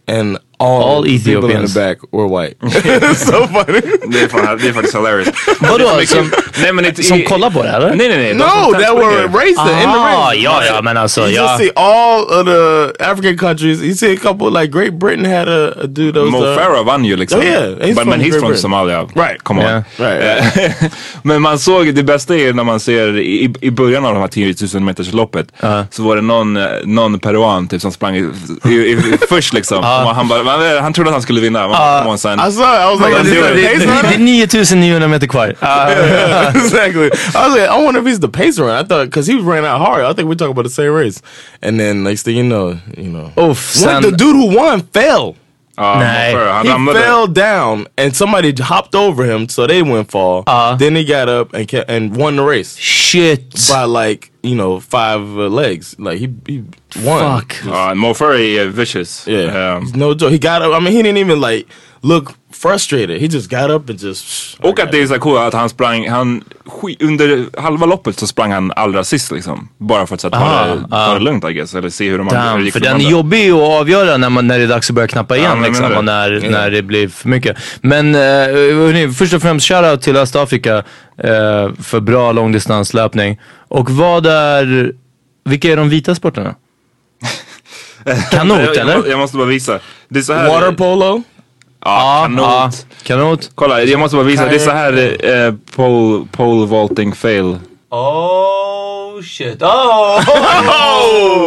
Speaker 3: and all,
Speaker 5: Uh-huh. All
Speaker 3: the people in the
Speaker 5: Ethiopians.
Speaker 3: back were white. it's so funny.
Speaker 1: Det är, fan, det är faktiskt hilarious.
Speaker 5: Vadå? Som,
Speaker 1: Nej, men det,
Speaker 5: som kollar på det eller?
Speaker 1: Nej, nej, nej. de
Speaker 3: No,
Speaker 1: som
Speaker 3: that were
Speaker 1: tävlar.
Speaker 3: racing in the
Speaker 5: Ah,
Speaker 3: race.
Speaker 5: ja, ja, men alltså.
Speaker 3: You
Speaker 5: Ja.
Speaker 3: just see all of the African countries. You see a couple like Great Britain had a, a dude that was
Speaker 1: Mo
Speaker 3: uh,
Speaker 1: Farah vann ju liksom.
Speaker 3: Oh, yeah, he's
Speaker 1: But,
Speaker 3: from
Speaker 1: men he's
Speaker 3: Great
Speaker 1: from
Speaker 3: Britain.
Speaker 1: Somalia.
Speaker 3: Right.
Speaker 1: Come on. Eh,
Speaker 5: Yeah.
Speaker 3: right, right.
Speaker 1: Men man såg, det bästa är när man ser i, i början av de här 10 000 metersloppet så var det någon, eh, någon peruan typ som sprang i, i, i, först liksom. Och han, bara, man, han trodde att han skulle vinna. Man, bara, Come on, son.
Speaker 3: Uh, I saw. it. I was like,
Speaker 1: Man,
Speaker 3: is
Speaker 1: det-
Speaker 3: he the
Speaker 1: det-
Speaker 3: pace
Speaker 5: Det
Speaker 3: runner?
Speaker 5: det är 9900 meter kvar. Ah,
Speaker 3: exactly. I was like, I wonder if he's the pace runner. I thought because he ran out hard. I think we're talking about the same race. And then next thing you know, you know,
Speaker 5: Oof,
Speaker 3: One- the
Speaker 5: sen-
Speaker 3: dude who won fell.
Speaker 1: Ja, Mo
Speaker 5: Nej.
Speaker 1: Farah, han
Speaker 3: He
Speaker 1: ramlade.
Speaker 3: fell down, and somebody hopped over him, so they went fall.
Speaker 5: Uh.
Speaker 3: then he got up and kept, and won the race
Speaker 5: Shit!
Speaker 3: by like you know five uh, legs. Like he he won.
Speaker 5: Fuck.
Speaker 1: Ja, Mo Farah är vicious.
Speaker 3: Yeah,
Speaker 1: Ehm,
Speaker 3: no joke. He got up. I mean, he didn't even like look frustrated. He just got up and just.
Speaker 1: Och att det är så här coolt att han sprang, han, sk- under halva loppet så sprang han allra sist liksom. Bara för att så här, ta,
Speaker 5: Ah,
Speaker 1: det, ta det lugnt I guess, eller se hur de hur det
Speaker 5: Damn,
Speaker 1: gick
Speaker 5: för
Speaker 1: för de
Speaker 5: den är
Speaker 1: andra.
Speaker 5: jobbig att avgöra när, man, när det är dags att börja knappa igen
Speaker 1: men jag
Speaker 5: liksom,
Speaker 1: menar
Speaker 5: och när,
Speaker 1: det.
Speaker 5: när det blir för mycket. Men eh, hörni, först och främst shoutout till Östafrika eh, för bra långdistanslöpning. Och vad är, vilka är de vita sporterna?
Speaker 1: jag,
Speaker 5: Kanot
Speaker 1: jag, må-
Speaker 5: eller?
Speaker 1: jag måste bara visa. Det är så här,
Speaker 3: Water polo.
Speaker 5: Ah,
Speaker 1: ja, kanot.
Speaker 5: ja, kanot.
Speaker 1: Kolla, jag måste bara visa. Det är så här eh, pole, pole vaulting fail.
Speaker 5: Oh shit, oh!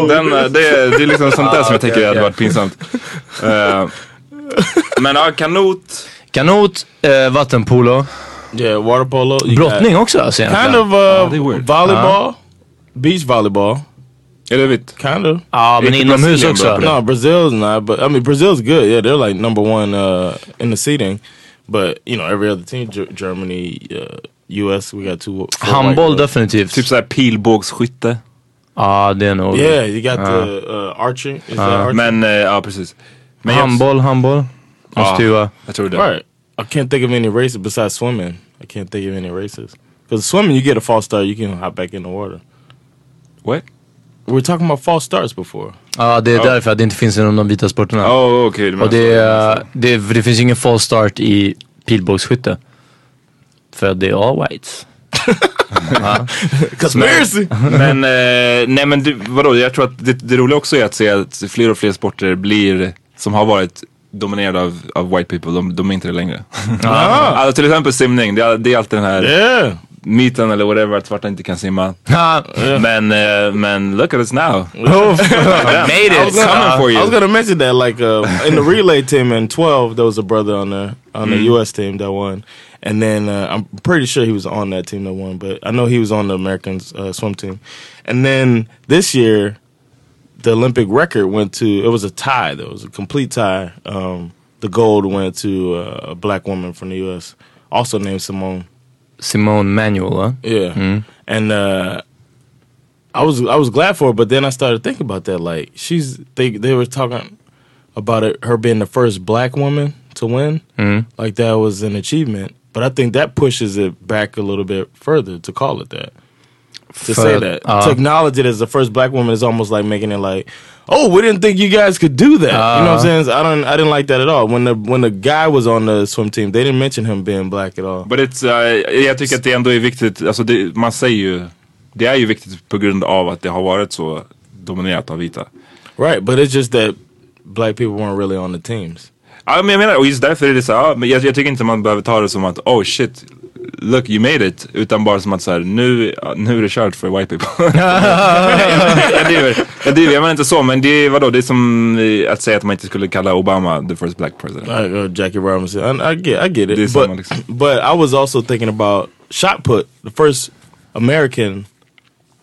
Speaker 1: Den, eh, det, är- det är
Speaker 5: Ah,
Speaker 1: liksom sånt där som jag tänker hade varit pinsamt. Eh, men ja, kanot.
Speaker 5: Kanot, eh, vattenpolo,
Speaker 3: Yeah, water polo. You got-
Speaker 5: brottning också alltså
Speaker 3: kind
Speaker 5: egentligen.
Speaker 3: of uh,
Speaker 1: they were.
Speaker 3: volleyball, beach volleyball,
Speaker 1: Är det vitt?
Speaker 3: kind of.
Speaker 5: Ja, men
Speaker 1: Inte
Speaker 5: inomhus
Speaker 1: Brasilien
Speaker 5: också.
Speaker 1: bra på
Speaker 3: No, Brazil's not, but I mean Brazil's good. Yeah, they're like number one uh, in the seating, but you know every other team, Ger- Germany, uh, U.S. We got two. four white
Speaker 5: Handboll
Speaker 3: girls.
Speaker 5: definitivt.
Speaker 1: Typ
Speaker 5: Ja,
Speaker 1: så här pilbågsskytte.
Speaker 5: det är nog.
Speaker 3: Yeah, you got the uh, archery. Is that archery?
Speaker 1: Men eh, ja, precis. Men jag-
Speaker 5: Handboll, handboll. Måste ju vara.
Speaker 1: Jag tror det.
Speaker 3: Right. I can't think of any races besides swimming. I can't think of any races because swimming, you get a false start, you can hop back in the water.
Speaker 1: What?
Speaker 3: We were talking about false starts before.
Speaker 5: Ja, det är därför att det inte finns inom de vita sporterna.
Speaker 1: Oh, okej.
Speaker 5: Och det, är- det, är- för det finns ju ingen false start i pilbågsskytte. För det är all whites.
Speaker 3: Conspiracy.
Speaker 1: Men, eh, nej men du, vadå, jag tror att det, det roliga också är att se att fler och fler sporter blir, som har varit dominerade av, av white people, de, de är inte det längre. Alltså till exempel simning, det är, det är alltid den här
Speaker 3: yeah.
Speaker 1: myten eller whatever att svarta inte kan simma.
Speaker 5: Ah,
Speaker 1: Men, eh, men look at us now.
Speaker 3: Oh,
Speaker 5: made
Speaker 1: I was
Speaker 5: it!
Speaker 1: gonna-
Speaker 5: Ja.
Speaker 1: coming for you.
Speaker 3: I was gonna mention that, like uh, in the relay team in twelve, there was a brother on the on the U.S. team that won, and then uh, I'm pretty sure he was on that team that won, but I know he was on the American uh, swim team, and then this year, the Olympic record went to it was a tie, though it was a complete tie. Um, the gold went to uh, a black woman from the U.S. also named Simone.
Speaker 5: Simone Manuel va?
Speaker 3: Yeah. And uh I was I was glad for her, but then I started thinking about that. Like she's they they were talking about it, her being the first black woman to win. Like that was an achievement. But I think that pushes it back a little bit further to call it that. To
Speaker 5: For-
Speaker 3: say that.
Speaker 5: uh.
Speaker 3: to acknowledge it as the first black woman is almost like making it like, Oh, we didn't think you guys could do that. you know what I'm saying? So I don't I didn't like that at all. When the when the guy was on the swim team, they didn't mention him being black at all.
Speaker 1: But it's, eh, jag tycker att det ändå är viktigt, alltså det, man säger ju, det är ju viktigt på grund av att det har varit så dominerat av vita.
Speaker 3: Right, but it's just that black people weren't really on the teams.
Speaker 1: Ja men jag menar, och just därför är det så här, ja, men jag, jag tycker inte man behöver ta det som att oh shit, look you made it. Utan bara som att så här, nu, nu är det kört för white people. jag driver, jag driver, jag menar inte så men det är vadå, det är som eh, att säga att man inte skulle kalla Obama the first black president.
Speaker 3: I, uh, Jackie Robinson. And I get, I get
Speaker 1: Det är
Speaker 3: it.
Speaker 1: samma
Speaker 3: But,
Speaker 1: liksom.
Speaker 3: but I was also thinking about shot put. The first American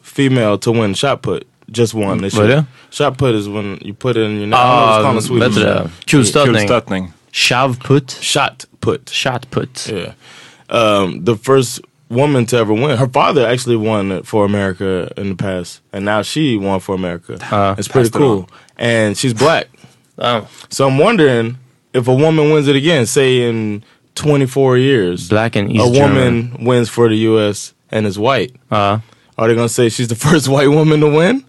Speaker 3: female to win shot put just won this
Speaker 5: Vad är
Speaker 3: year.
Speaker 5: det?
Speaker 3: Shot put is when you put it in your. I
Speaker 5: Ah,
Speaker 3: don't know, it's called in
Speaker 5: vet du
Speaker 3: Swedish.
Speaker 5: det? Kulstötning.
Speaker 1: Kulstötning.
Speaker 5: Shavput.
Speaker 3: Shot put.
Speaker 5: Shotput.
Speaker 3: Yeah. Um, the first woman to ever win. Her father actually won for America in the past, and now she won for America. it's pretty
Speaker 1: Uh, passed it on.
Speaker 3: cool. And she's black.
Speaker 5: Ah,
Speaker 3: So I'm wondering if a woman wins it again, say in 24 years,
Speaker 5: Black and East
Speaker 3: a woman wins for the U.S. and is white.
Speaker 1: Uh-huh.
Speaker 5: Ja.
Speaker 3: Are they gonna say she's the first white woman to win?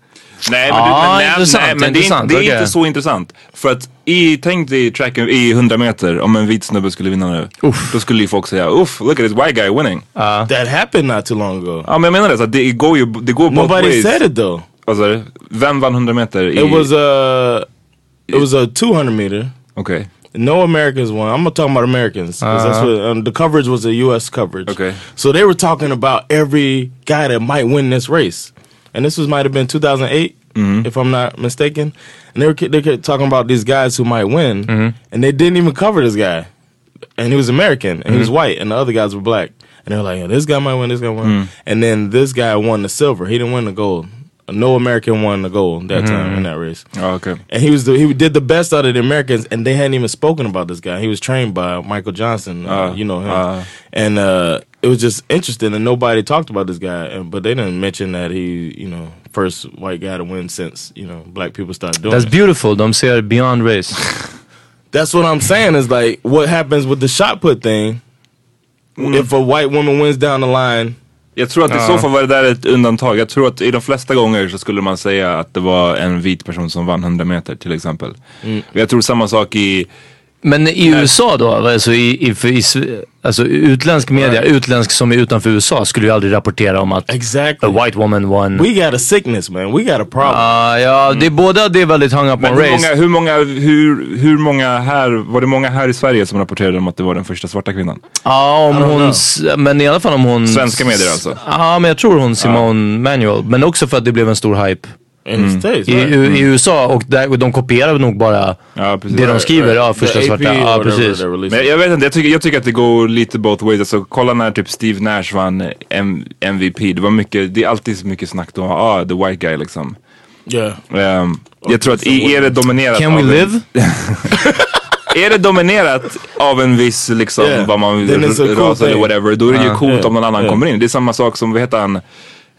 Speaker 1: Nej men,
Speaker 5: Ah,
Speaker 1: du, men, nej,
Speaker 5: intressant,
Speaker 1: nej, men det är, inte,
Speaker 5: intressant,
Speaker 1: det är
Speaker 5: okej.
Speaker 1: inte så intressant. För att i, tänk dig tracken i 100 meter om en vit snubbe skulle vinna nu. Då skulle ju folk säga uff, look at this white guy winning. Ja
Speaker 3: That happened not too long ago.
Speaker 1: men jag menar det, så att det går ju, det går both
Speaker 3: Nobody
Speaker 1: ways.
Speaker 3: said it though.
Speaker 1: Alltså, vem vann 100 meter? I,
Speaker 3: It was a it was a 200 meter.
Speaker 1: Okej,
Speaker 3: No Americans won. I'm talking about Americans 'cause that's what um, the coverage was a U.S. coverage.
Speaker 1: Okay.
Speaker 3: so they were talking about every guy that might win this race, and this was might have been 2008, if I'm not mistaken. And they were ki- they kept talking about these guys who might win, and they didn't even cover this guy, and he was American and he was white, and the other guys were black, and they were like, yeah, this guy might win, this guy won, and then this guy won the silver. He didn't win the gold. No American won the gold that time in that race.
Speaker 1: ja okej.
Speaker 3: And he was the, he did the best out of the Americans, and they hadn't even spoken about this guy. He was trained by Michael Johnson, uh, you know him, and uh, it was just interesting. And nobody talked about this guy, and, but they didn't mention that he, you know, first white guy to win since you know black people started doing.
Speaker 5: That's
Speaker 3: it.
Speaker 5: beautiful. De ser beyond race.
Speaker 3: That's what I'm saying is like what happens with the shot put thing. If a white woman wins down the line,
Speaker 1: Jag tror att i så fall var det där ett undantag. Jag tror att i de flesta gånger så skulle man säga att det var en vit person som vann 100 meter till exempel.
Speaker 5: Mm.
Speaker 1: Och Jag tror samma sak i,
Speaker 5: Men i USA då, alltså, i, i, för i, Sve- alltså utländsk media, utländsk som är utanför USA, skulle ju aldrig rapportera om att
Speaker 3: Exactly.
Speaker 5: a white woman won.
Speaker 3: we got a sickness, man. We got a problem.
Speaker 5: Ah, ja, det är båda det är väldigt hung up
Speaker 1: men
Speaker 5: on
Speaker 1: hur
Speaker 5: race.
Speaker 1: många, hur, många, hur, hur många här, var det många här i Sverige som rapporterade om att det var den första svarta kvinnan?
Speaker 5: Ja, om
Speaker 3: don't
Speaker 5: hon,
Speaker 3: know.
Speaker 5: s- men i alla fall om hon...
Speaker 1: Svenska medier alltså?
Speaker 5: Ja, men jag tror hon Simone Manuel. Men också för att det blev en stor hype
Speaker 3: in
Speaker 1: Mm.
Speaker 3: the states,
Speaker 5: i,
Speaker 3: right?
Speaker 5: i USA och, där, och de kopierar nog bara
Speaker 1: Ja, precis.
Speaker 5: det de
Speaker 1: Right,
Speaker 5: skriver.
Speaker 3: right.
Speaker 5: Ja, första
Speaker 3: The AP
Speaker 5: svarta.
Speaker 3: or
Speaker 5: Ja,
Speaker 3: whatever
Speaker 5: precis.
Speaker 3: they're releasing.
Speaker 1: Men jag vet inte, jag tycker, jag tycker att det går lite both ways. Alltså, kolla när typ Steve Nash vann M- MVP. Det, var mycket, det är alltid så mycket snack då, ah, the white guy liksom.
Speaker 3: Yeah.
Speaker 1: Ehm, jag tror att i- är det dominerat
Speaker 5: Can we
Speaker 1: av
Speaker 5: live?
Speaker 1: En, är det dominerat av en viss liksom
Speaker 3: Yeah.
Speaker 1: vad man
Speaker 3: Then it's a
Speaker 1: r-
Speaker 3: cool
Speaker 1: ras eller
Speaker 3: thing. Ah,
Speaker 1: whatever. Då är det ju coolt om någon annan
Speaker 3: yeah.
Speaker 1: kommer in. Det är samma sak som, vad heter han,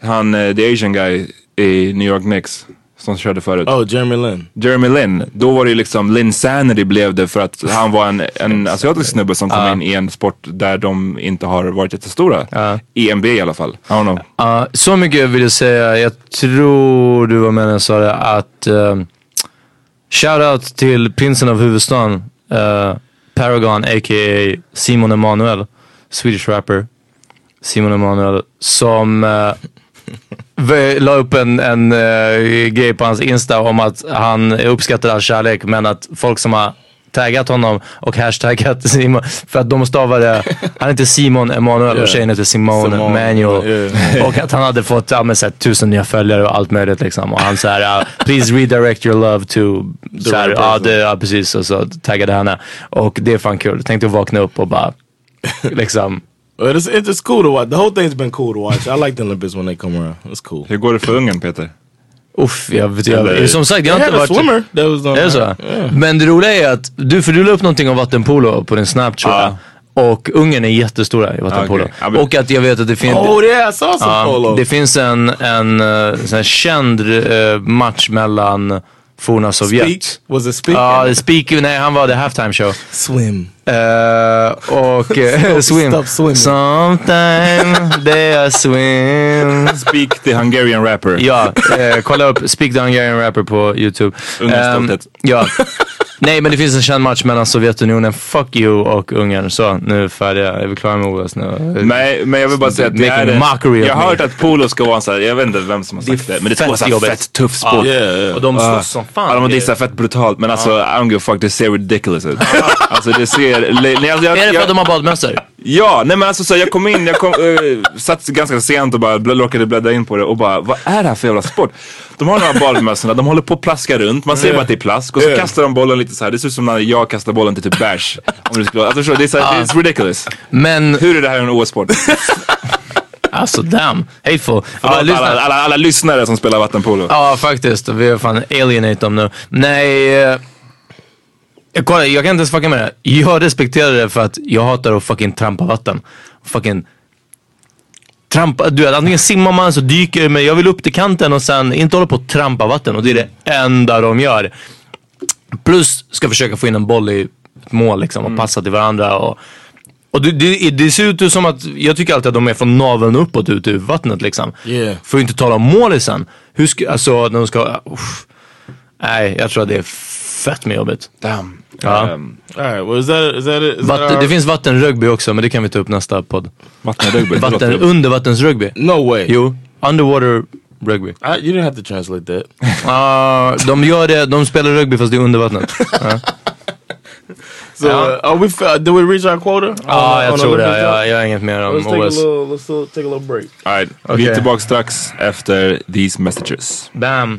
Speaker 1: han eh, the asian guy i New York Knicks som körde förut.
Speaker 3: Oh, Jeremy Lin.
Speaker 1: Jeremy Lin, då var det ju liksom Linsanity blev det för att han var en, en asiatisk snubbe som kom
Speaker 3: Ah.
Speaker 1: in i en sport där de inte har varit jättestora.
Speaker 3: Ah.
Speaker 1: I NBA i alla fall. I don't know.
Speaker 5: Ja, så mycket vill jag säga. Jag tror du var med när jag sa det att uh, shoutout till prinsen av huvudstaden eh, Paragon a.k.a. Simon Emanuel, Swedish rapper. Simon Emanuel som eh, v- la upp en, en eh, grej på hans Insta om att han uppskattar all kärlek men att folk som har taggat honom och hashtaggat Simon för att de stavade, han heter Simon Emanuel och tjejen heter Simone,
Speaker 3: Simone,
Speaker 5: Manuel.
Speaker 3: yeah.
Speaker 5: Och att han hade fått ja, men, så här, tusen nya följare och allt möjligt liksom. Och han såhär, ja, please redirect your love to... Så här,
Speaker 3: right
Speaker 5: ja,
Speaker 3: person.
Speaker 5: det, ja, precis. Och så taggade henne. Och det är fan kul. Tänkte vakna upp och bara liksom...
Speaker 3: But it's it's it's cool to watch. The whole thing's been cool to watch. I like the Olympics when they come around. It's cool.
Speaker 1: Hur går det för Ungern Peter?
Speaker 5: Uff, jag, jag, som sagt, jag
Speaker 3: They
Speaker 5: har
Speaker 3: had
Speaker 5: inte
Speaker 3: a
Speaker 5: varit...
Speaker 3: swimmer that was on
Speaker 5: Är det så?
Speaker 3: there.
Speaker 5: Men det roliga är att du, för du la upp någonting om vattenpolo på din snap tror
Speaker 3: Ah.
Speaker 5: jag. Och Ungern är jättestora i vattenpolo.
Speaker 1: okej. Ja, men-
Speaker 5: Och att jag vet att det finns...
Speaker 3: Oh yeah, I saw some
Speaker 5: Ja,
Speaker 3: polo.
Speaker 5: det finns en, en eh, sån här känd eh, match mellan forna
Speaker 3: speak
Speaker 5: Sovjet.
Speaker 3: was it speak?
Speaker 5: Ja, Speak, nej han var the halftime show.
Speaker 3: swim.
Speaker 5: Eh, och eh, swim.
Speaker 3: stop swimming.
Speaker 5: Sometime they I swim.
Speaker 1: Speak the Hungarian rapper.
Speaker 5: Ja, eh, kolla upp Speak the Hungarian Rapper på YouTube.
Speaker 1: Ungernstolthet.
Speaker 5: Ehm, ja. Nej men det finns en känd match mellan Sovjetunionen, fuck you, och Ungern. Så, nu är vi färdiga. Är vi klara med OS nu?
Speaker 1: Nej, men jag vill bara säga att det
Speaker 5: Making
Speaker 1: är en-
Speaker 5: mockery of
Speaker 1: Jag har
Speaker 5: me.
Speaker 1: hört att polo ska vara en sån här, jag vet inte vem som har
Speaker 5: Det är
Speaker 1: sagt det, men det ska
Speaker 5: fett
Speaker 1: vara en
Speaker 5: jobbigt.
Speaker 1: fett tuff sport.
Speaker 5: Ja. Och de slåss som fan.
Speaker 1: Ja, de har dissat fett brutalt, men alltså I don't give a fuck, det ser ridiculous ut. alltså det ser... le- nej, alltså, jag,
Speaker 5: Är det för
Speaker 1: jag,
Speaker 5: att de har badmössor?
Speaker 1: Ja, nej men alltså så här, jag kom in, jag kom, eh, satt ganska sent och bara bl- råkade bläddra in på det och bara, vad är det här för jävla sport? De har de här bollmössorna, de håller på att plaska runt, man ser bara att det är plask och så kastar de bollen lite så här. det ser ut som när jag kastar bollen till typ bärs. Om du skulle, alltså, förstår du? det är så här, it's ridiculous.
Speaker 5: Men
Speaker 1: Hur är det här en OS-sport?
Speaker 5: alltså damn, hateful. Alla,
Speaker 1: Alla, alla, alla,
Speaker 5: lyssna.
Speaker 1: alla, lyssnare som spelar vattenpolo.
Speaker 5: Ja faktiskt, vi har fan alienate dem nu. Nej, eh, jag, kolla, jag kan inte ens fucka med det. Jag respekterar det för att jag hatar att fucking trampa vatten. Fucking trampa, du vet antingen simmar man så dyker men jag vill upp till kanten och sen inte hålla på att trampa vatten och det är det enda de gör. Plus ska försöka få in en boll i ett mål liksom
Speaker 1: Mm.
Speaker 5: och passa till varandra. Och, och det, det, det ser ut som att, jag tycker alltid att de är från naveln uppåt ut ur vattnet liksom.
Speaker 3: Yeah.
Speaker 5: För att inte tala om målisen. Hur ska, alltså när de ska, uff. nej jag tror att det är fett med jobbigt.
Speaker 1: Damn.
Speaker 5: Ja.
Speaker 1: Ehm,
Speaker 3: All right, well, is that, is that, it? Is that
Speaker 5: Vatten,
Speaker 3: our-
Speaker 5: det finns vattenrugby också men det kan vi ta upp nästa podd.
Speaker 1: Vattenrugby.
Speaker 5: Vatten, undervattensrugby.
Speaker 3: No way.
Speaker 5: Jo, underwater rugby.
Speaker 3: I, you didn't have to translate that.
Speaker 5: Ah, de gör det, de spelar rugby fast det är under vattnet. Ja,
Speaker 3: So, uh, are we? f- Uh, did we reach our quota?
Speaker 5: ah, jag
Speaker 3: on
Speaker 5: tror det.
Speaker 3: Olympic
Speaker 5: Jag,
Speaker 3: jump?
Speaker 5: jag har inget mer om
Speaker 3: Let's take a
Speaker 5: OS.
Speaker 3: little. Let's uh, take a little break.
Speaker 1: All right, Vi är
Speaker 5: Okej.
Speaker 1: tillbaka strax efter these messages.
Speaker 5: Bam.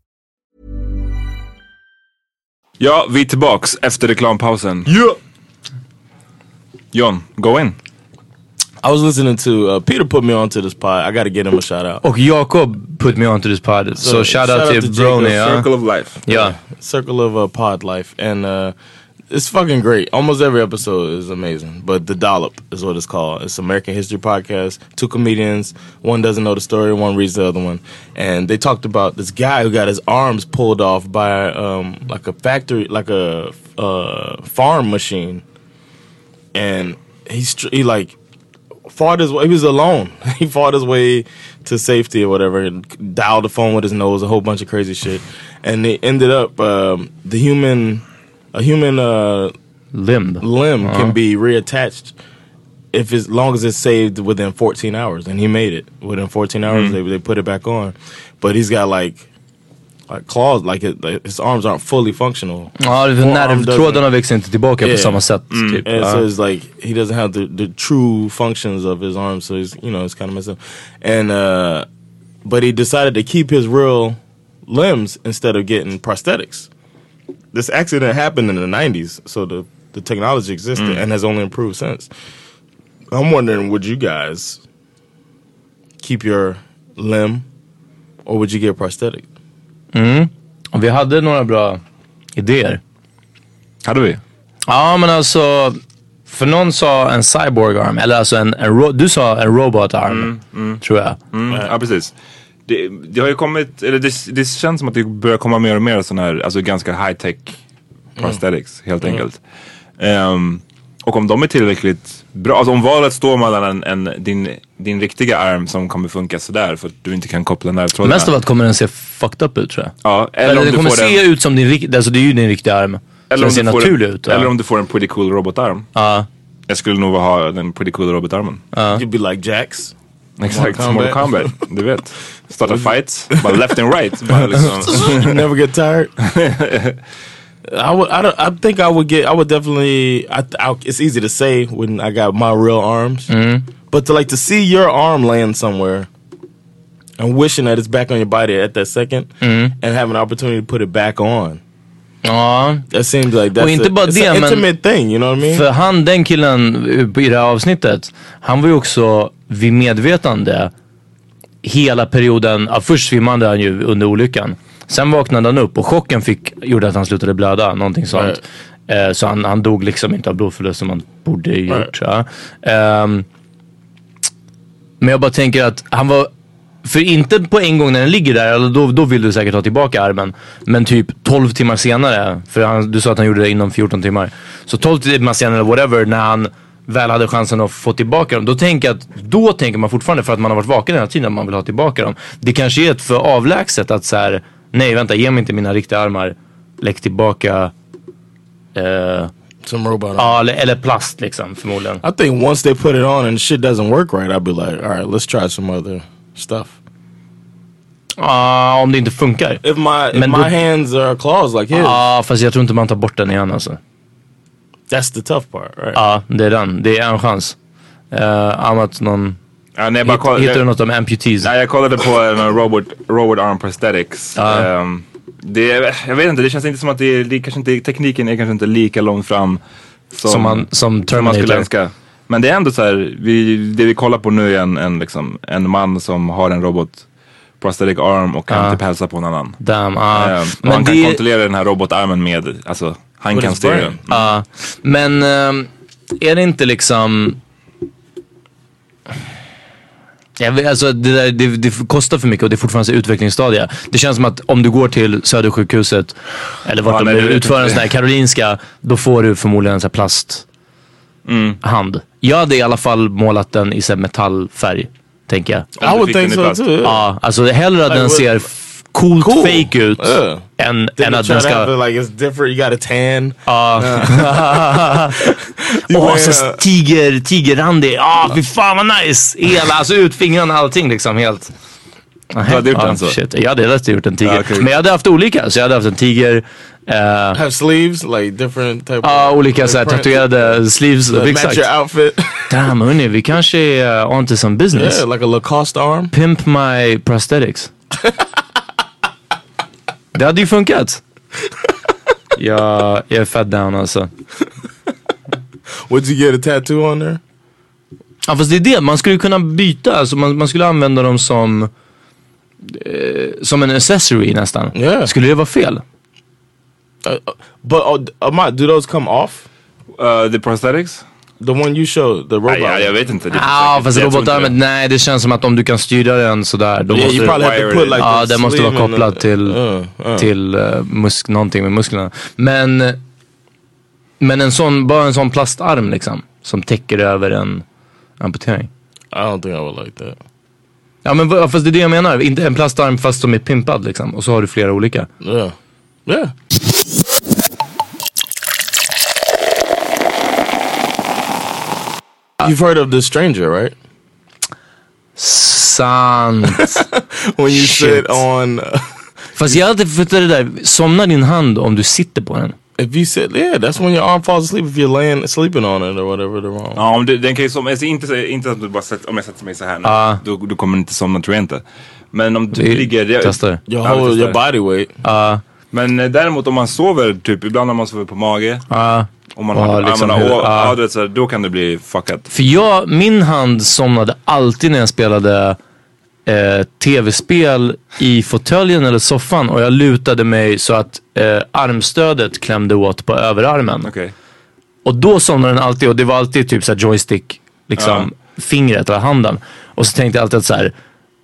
Speaker 1: Ja, vi är tillbaks efter reklampausen.
Speaker 6: Yeah.
Speaker 1: John, go in.
Speaker 3: I was listening to uh, Peter put me onto this pod. I got to give him a shout out.
Speaker 5: Och Jakob put me onto this pod. Så so, shout out till
Speaker 3: Jacob
Speaker 5: Brony. Ja.
Speaker 1: Circle of life.
Speaker 5: ja.
Speaker 3: Circle of uh, Pod Life, and uh, it's fucking great. Almost every episode is amazing, but the dollop is what it's called. It's American History Podcast. Two comedians, one doesn't know the story, one reads the other one, and they talked about this guy who got his arms pulled off by um, like a factory, like a uh, farm machine, and he str- he like fought his way. He was alone. he fought his way to safety or whatever, and dialed the phone with his nose, a whole bunch of crazy shit, and they ended up um, the human, a human uh,
Speaker 5: Limb.
Speaker 3: limb can be reattached if as long as it's saved within 14 hours, and he made it within 14 hours. They they put it back on, but he's got like. Like claws, like, it, like his arms aren't fully functional.
Speaker 5: Ja,
Speaker 3: Forearm doesn't-
Speaker 5: nervtrådarna växer inte tillbaka
Speaker 3: Yeah.
Speaker 5: på samma sätt. Typ.
Speaker 3: and
Speaker 5: Ja.
Speaker 3: so it's like he doesn't have the, the true functions of his arm, so he's you know it's kind of messed up. And uh, but he decided to keep his real limbs instead of getting prosthetics. This accident happened in the '90s, so the the technology existed and has only improved since. I'm wondering, would you guys keep your limb, or would you get a prosthetic?
Speaker 5: Och Vi hade några bra idéer.
Speaker 1: Hade vi?
Speaker 5: Ja men alltså, för någon sa en cyborg arm, eller alltså en, en ro- du sa en robot arm, tror jag.
Speaker 1: Mm, ja, precis. Det, det har ju kommit, eller det, det känns som att det börjar komma mer och mer sådana här, alltså ganska high tech
Speaker 5: Mm.
Speaker 1: prosthetics helt enkelt. Ehm, och om de är tillräckligt bra, alltså om valet står mellan en, en, din, din riktiga arm som kommer funka sådär för att du inte kan koppla nervtrådarna.
Speaker 5: Mest av allt kommer den se fucked up ut tror jag.
Speaker 1: Ja, eller
Speaker 5: Eller
Speaker 1: om
Speaker 5: den
Speaker 1: du
Speaker 5: kommer
Speaker 1: får
Speaker 5: se
Speaker 1: den-
Speaker 5: ut som din riktiga, alltså det är ju din riktiga arm. Eller den ser
Speaker 1: du får-
Speaker 5: naturlig ut.
Speaker 1: Eller
Speaker 5: ja.
Speaker 1: om du får en pretty cool robotarm.
Speaker 5: Ja.
Speaker 1: Jag skulle nog ha den pretty cool robotarmen.
Speaker 3: You'd be like Jax.
Speaker 1: Exakt,
Speaker 3: Mortal
Speaker 1: Mortal Kombat. Du vet. Starta fights, bara left and right. Bara liksom.
Speaker 3: Never get tired. I would. I, don't, I think I would get. I would definitely. I, I, it's easy to say when I got my real arms, but to like to see your arm land somewhere and wishing that it's back on your body at that second,
Speaker 5: Mm.
Speaker 3: and have an opportunity to put it back on.
Speaker 5: Ja.
Speaker 3: That seems like that's
Speaker 5: Och inte
Speaker 3: a-
Speaker 5: bara
Speaker 3: it's
Speaker 5: det,
Speaker 3: an
Speaker 5: men-
Speaker 3: intimate thing. You know what I mean?
Speaker 5: För han, den killen i det här avsnittet, han var ju också vid medvetande hela perioden. Ja, först svimmade han ju under olyckan. Sen vaknade han upp och chocken fick, gjorde att han slutade blöda, någonting sånt. Eh, så han, han dog liksom inte av blodförlust som han borde ju gjort. Ja. Ehm, men jag bara tänker att han var, för inte på en gång när den ligger där, eller då, då vill du säkert ha tillbaka armen. Men typ 12 timmar senare, för han, du sa att han gjorde det inom 14 timmar. Så 12 timmar senare, eller whatever, när han väl hade chansen att få tillbaka dem. Då tänker jag att, då tänker man fortfarande för att man har varit vaken hela tiden att man vill ha tillbaka dem. Det kanske är ett för avlägset att så här, nej vänta, ge mig inte mina riktiga armar. Lägg tillbaka... eh,
Speaker 3: Some robot
Speaker 5: Ja, eller, eller plast liksom förmodligen.
Speaker 3: I think once they put it on and shit doesn't work right, I'd be like, all right, let's try some other stuff.
Speaker 5: Ja, om det inte funkar.
Speaker 3: If my if
Speaker 5: Men
Speaker 3: my
Speaker 5: då-
Speaker 3: hands are claws like his,
Speaker 5: Ja, fast jag tror inte man tar bort den igen alltså.
Speaker 3: that's the tough part, right?
Speaker 5: Ja, det är den. Det är en chans. Uh, annat någon...
Speaker 1: nej, jag bara
Speaker 5: Hitt-
Speaker 1: kollar-
Speaker 5: hittar du
Speaker 1: jag-
Speaker 5: något om amputees?
Speaker 1: Nej, jag kollade på en robot, robot arm prosthetics.
Speaker 5: Ja.
Speaker 1: Ehm, det, jag vet inte, det känns inte som att det, är- det kanske inte, tekniken är kanske inte lika långt fram
Speaker 5: Som man- som
Speaker 1: man skulle
Speaker 5: Terminator.
Speaker 1: önska. Men det är ändå så här, vi, det vi kollar på nu är en, en, liksom, en man som har en robot prosthetic arm och kan
Speaker 5: Ja.
Speaker 1: typ hälsa på en annan.
Speaker 5: Damn, ah.
Speaker 1: Ehm, och
Speaker 5: Men
Speaker 1: han kan
Speaker 5: det-
Speaker 1: kontrollera den här robotarmen med, alltså han
Speaker 5: With
Speaker 1: kan
Speaker 5: his
Speaker 1: styra
Speaker 5: brain.
Speaker 1: den.
Speaker 5: Ja, men ehm, är det inte liksom... Jag vet, alltså det, där, det, det kostar för mycket och det är fortfarande utvecklingsstadie. Det känns som att om du går till Södersjukhuset eller vart
Speaker 1: Ja,
Speaker 5: de
Speaker 1: nej,
Speaker 5: nu
Speaker 1: det vet
Speaker 5: utför en
Speaker 1: inte.
Speaker 5: sån här Karolinska, då får du förmodligen en sån här plast hand.
Speaker 1: Mm.
Speaker 5: Jag hade i alla fall målat den i sån här metallfärg, tänker jag.
Speaker 3: I would think so too. yeah.
Speaker 5: Ja, alltså hellre att
Speaker 3: Like
Speaker 5: den
Speaker 3: what-
Speaker 5: ser f- coolt
Speaker 3: Cool.
Speaker 5: fake ut
Speaker 3: Yeah.
Speaker 5: än,
Speaker 3: Then
Speaker 5: än
Speaker 3: you
Speaker 5: att
Speaker 3: try
Speaker 5: den
Speaker 3: to have it
Speaker 5: ska...
Speaker 3: like it's different. You got a tan.
Speaker 5: Åh,
Speaker 3: wear
Speaker 5: så
Speaker 1: eh,
Speaker 3: a-
Speaker 5: tiger, tigerrandig. Ah, fy fan vad nice! Hela, alltså ut fingrarna allting liksom helt. Nej,
Speaker 1: hade gjort
Speaker 5: ah,
Speaker 1: den så?
Speaker 5: Shit. Jag hade helst gjort en tiger.
Speaker 1: Ja, okej.
Speaker 5: Men jag hade haft olika. Så jag hade haft en tiger, eh,
Speaker 3: have sleeves, like different type.
Speaker 5: ah,
Speaker 3: of
Speaker 5: olika så här,
Speaker 3: print.
Speaker 5: tatuerade sleeves.
Speaker 3: That match
Speaker 5: exakt.
Speaker 3: your outfit.
Speaker 5: Damn hörni, vi kanske är uh, onto some business.
Speaker 3: yeah, like a Lacoste arm.
Speaker 5: Pimp my prosthetics. Det hade ju funkat. Jag, jag är fat down alltså.
Speaker 3: Would you get a tattoo on there?
Speaker 5: Ja fast det är det, man skulle kunna byta, alltså man, man skulle använda dem som eh, som en accessory nästan.
Speaker 3: Yeah.
Speaker 5: Skulle det vara fel?
Speaker 3: Uh, uh, but uh, d- Ahmad, do those come off?
Speaker 1: Eh, the prosthetics?
Speaker 3: The one you showed, the robot.
Speaker 1: Nej, jag, jag
Speaker 3: one.
Speaker 1: vet inte. det är
Speaker 5: Ja
Speaker 1: säkert-
Speaker 5: Ah, fast
Speaker 1: jag tror inte
Speaker 5: robotarmen,
Speaker 1: det.
Speaker 5: nej det känns som att om du kan styra den sådär då
Speaker 3: yeah,
Speaker 5: måste
Speaker 3: you
Speaker 5: du-
Speaker 3: probably have to
Speaker 1: wire
Speaker 3: put
Speaker 1: it.
Speaker 3: like.
Speaker 5: Ja,
Speaker 3: the
Speaker 5: den måste
Speaker 3: sleeve
Speaker 5: vara
Speaker 3: and the-
Speaker 5: kopplad till,
Speaker 3: Uh, uh.
Speaker 5: till eh, musk, någonting med musklerna. Men, men en sån, bara en sån plastarm liksom. Som täcker över en amputering.
Speaker 3: I don't think I would like that.
Speaker 5: Ja men vad- fast det är det jag menar. Inte en plastarm fast som är pimpad liksom. Och så har du flera olika.
Speaker 3: Yeah. Yeah. You've heard of the stranger, right?
Speaker 5: Sant.
Speaker 3: When you
Speaker 5: Shit.
Speaker 3: sit on, uh,
Speaker 5: fast jag hade fått det där. Somnar din hand om du sitter på den?
Speaker 3: if you sit, yeah, that's when your arm falls asleep if you're laying sleeping on it or whatever. The wrong.
Speaker 1: Ja, om du, den kan ju som, alltså inte, inte att du bara sätter, om jag sätter mig så här nu,
Speaker 5: Ah.
Speaker 1: då, då kommer du inte somna tror jag inte. Men om du
Speaker 5: Vi
Speaker 1: ligger... Jag,
Speaker 5: testar.
Speaker 3: Your
Speaker 1: Ja, vi
Speaker 3: whole
Speaker 1: testar.
Speaker 3: your body weight.
Speaker 1: Men eh, däremot om man sover, typ ibland när man sover på mage,
Speaker 5: Ja.
Speaker 1: om man
Speaker 5: Ja,
Speaker 1: har
Speaker 5: liksom
Speaker 1: armarna
Speaker 5: hur-
Speaker 1: ovanför,
Speaker 5: ja.
Speaker 1: ja, du vet, så här, då kan det bli fuckat.
Speaker 5: För jag, min hand somnade alltid när jag spelade eh, tv-spel i fåtöljen eller soffan och jag lutade mig så att eh, armstödet klämde åt på överarmen.
Speaker 1: Okej.
Speaker 5: Och då somnade den alltid och det var alltid typ såhär joystick, liksom fingret eller handen. Och så tänkte jag alltid att så här.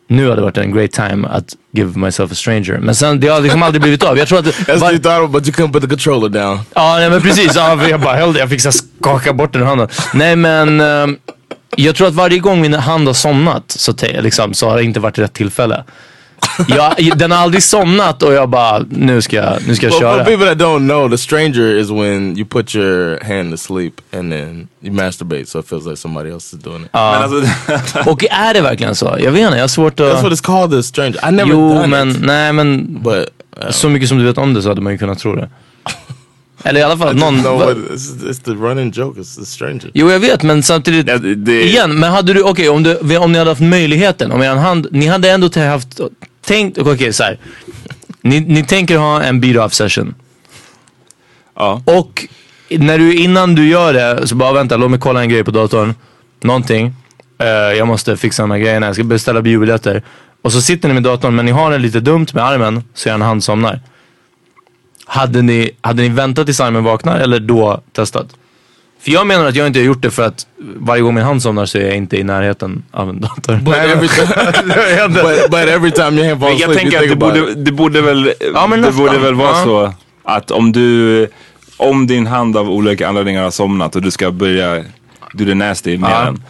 Speaker 5: Nu hade det varit en great time att give myself a stranger. Men sen, det har liksom aldrig blivit av. Jag tror att...
Speaker 3: That's what
Speaker 5: var-
Speaker 3: you thought of, but you couldn't put the controller down.
Speaker 5: Ja, nej, men precis. Ja, för jag bara höll det. Jag fick så här skaka bort den ur handen. Nej, men eh, jag tror att varje gång min hand har somnat så, te- liksom, så har det inte varit rätt tillfälle. jag, den har aldrig somnat och jag bara, nu ska jag, nu ska jag
Speaker 3: But
Speaker 5: köra.
Speaker 3: for people that don't know, the stranger is when you put your hand to sleep and then you masturbate, so it feels like somebody else is doing it.
Speaker 5: Ja.
Speaker 1: Alltså,
Speaker 5: och är det verkligen så? Jag vet inte, jag har svårt att...
Speaker 3: That's what it's called, the stranger. I never
Speaker 5: jo,
Speaker 3: done
Speaker 5: men,
Speaker 3: it.
Speaker 5: Nej men, så mycket som du vet om det så hade man ju kunnat tro det. Eller i alla
Speaker 3: I
Speaker 5: fall
Speaker 3: just
Speaker 5: någon...
Speaker 3: know
Speaker 5: va-
Speaker 3: what- it's, it's the running joke. It's the stranger.
Speaker 5: Jo jag vet men samtidigt, igen, men hade du, okej om du om ni hade haft möjligheten, om er hand, ni hade ändå t- haft, tänkt, okej okay, såhär. Ni, ni tänker ha en beat off session. Och när du, innan du gör det, så bara vänta, låt mig kolla en grej på datorn. Någonting. Eh, jag måste fixa de här grejerna, jag ska beställa biobiljetter. Och så sitter ni med datorn men ni har den lite dumt med armen, så er hand somnar. Hade ni, hade ni väntat tills armen vaknar eller då testat? För jag menar att jag inte har gjort det för att varje gång min hand somnar så är jag inte i närheten av en dator.
Speaker 3: But every time, but, but every time your hand falls
Speaker 1: Men jag
Speaker 3: asleep,
Speaker 1: tänker
Speaker 3: you
Speaker 1: att
Speaker 3: think
Speaker 1: det
Speaker 3: about
Speaker 1: borde,
Speaker 3: it.
Speaker 1: det borde väl,
Speaker 3: men
Speaker 1: det
Speaker 3: nästan.
Speaker 1: borde väl vara
Speaker 3: Ja.
Speaker 1: så att om du, om din hand av olika anledningar har somnat och du ska börja do the nasty med
Speaker 5: Ja.
Speaker 1: den.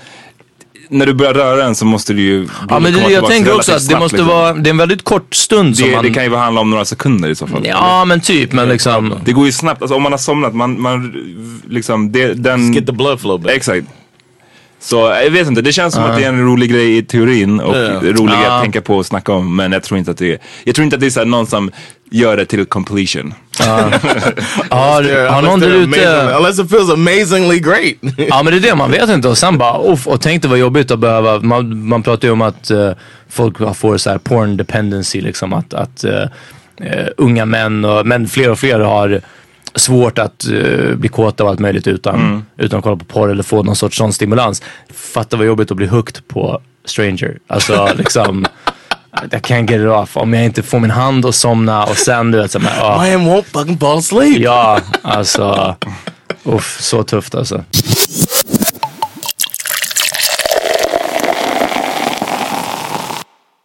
Speaker 1: När du börjar röra den så måste du ju
Speaker 5: Ja men det,
Speaker 1: komma
Speaker 5: jag
Speaker 1: tillbaka
Speaker 5: tänker också
Speaker 1: relativt
Speaker 5: att det
Speaker 1: snabbt,
Speaker 5: måste
Speaker 1: liksom.
Speaker 5: vara, det är en väldigt kort stund som
Speaker 1: det,
Speaker 5: man...
Speaker 1: det kan ju handla om några sekunder i så fall.
Speaker 5: Ja men typ, men liksom...
Speaker 1: Det går ju snabbt, alltså om man har somnat, man, man liksom, det, den... Get the
Speaker 3: blood flow back.
Speaker 1: Exakt. Så jag vet inte, det känns som
Speaker 5: Ja.
Speaker 1: att det är en rolig grej i teorin och
Speaker 5: Ja.
Speaker 1: rolig
Speaker 5: Ja.
Speaker 1: att tänka på och snacka om. Men jag tror inte att det är, jag tror inte att det är så här någon som gör det till completion.
Speaker 5: Ja. Ja, det- har någon där ute...
Speaker 3: Unless it feels amazingly great.
Speaker 5: ja men det är det, man vet inte. Och sen bara, uff, och tänk det var jobbigt att behöva, man, man pratar ju om att eh, folk får så här porn dependency liksom. Att, att eh, eh, unga män, och, men fler och fler har svårt att eh, bli kåta av allt möjligt utan,
Speaker 1: Mm.
Speaker 5: utan att kolla på porr eller få någon sorts sån stimulans. Fatta vad jobbigt att bli hooked på stranger. Alltså liksom. Jag kan get it off om jag inte får min hand att somna och sen du vet såhär. ja.
Speaker 3: My hand won't fucking fall asleep.
Speaker 5: Ja, alltså. Uff, så tufft alltså.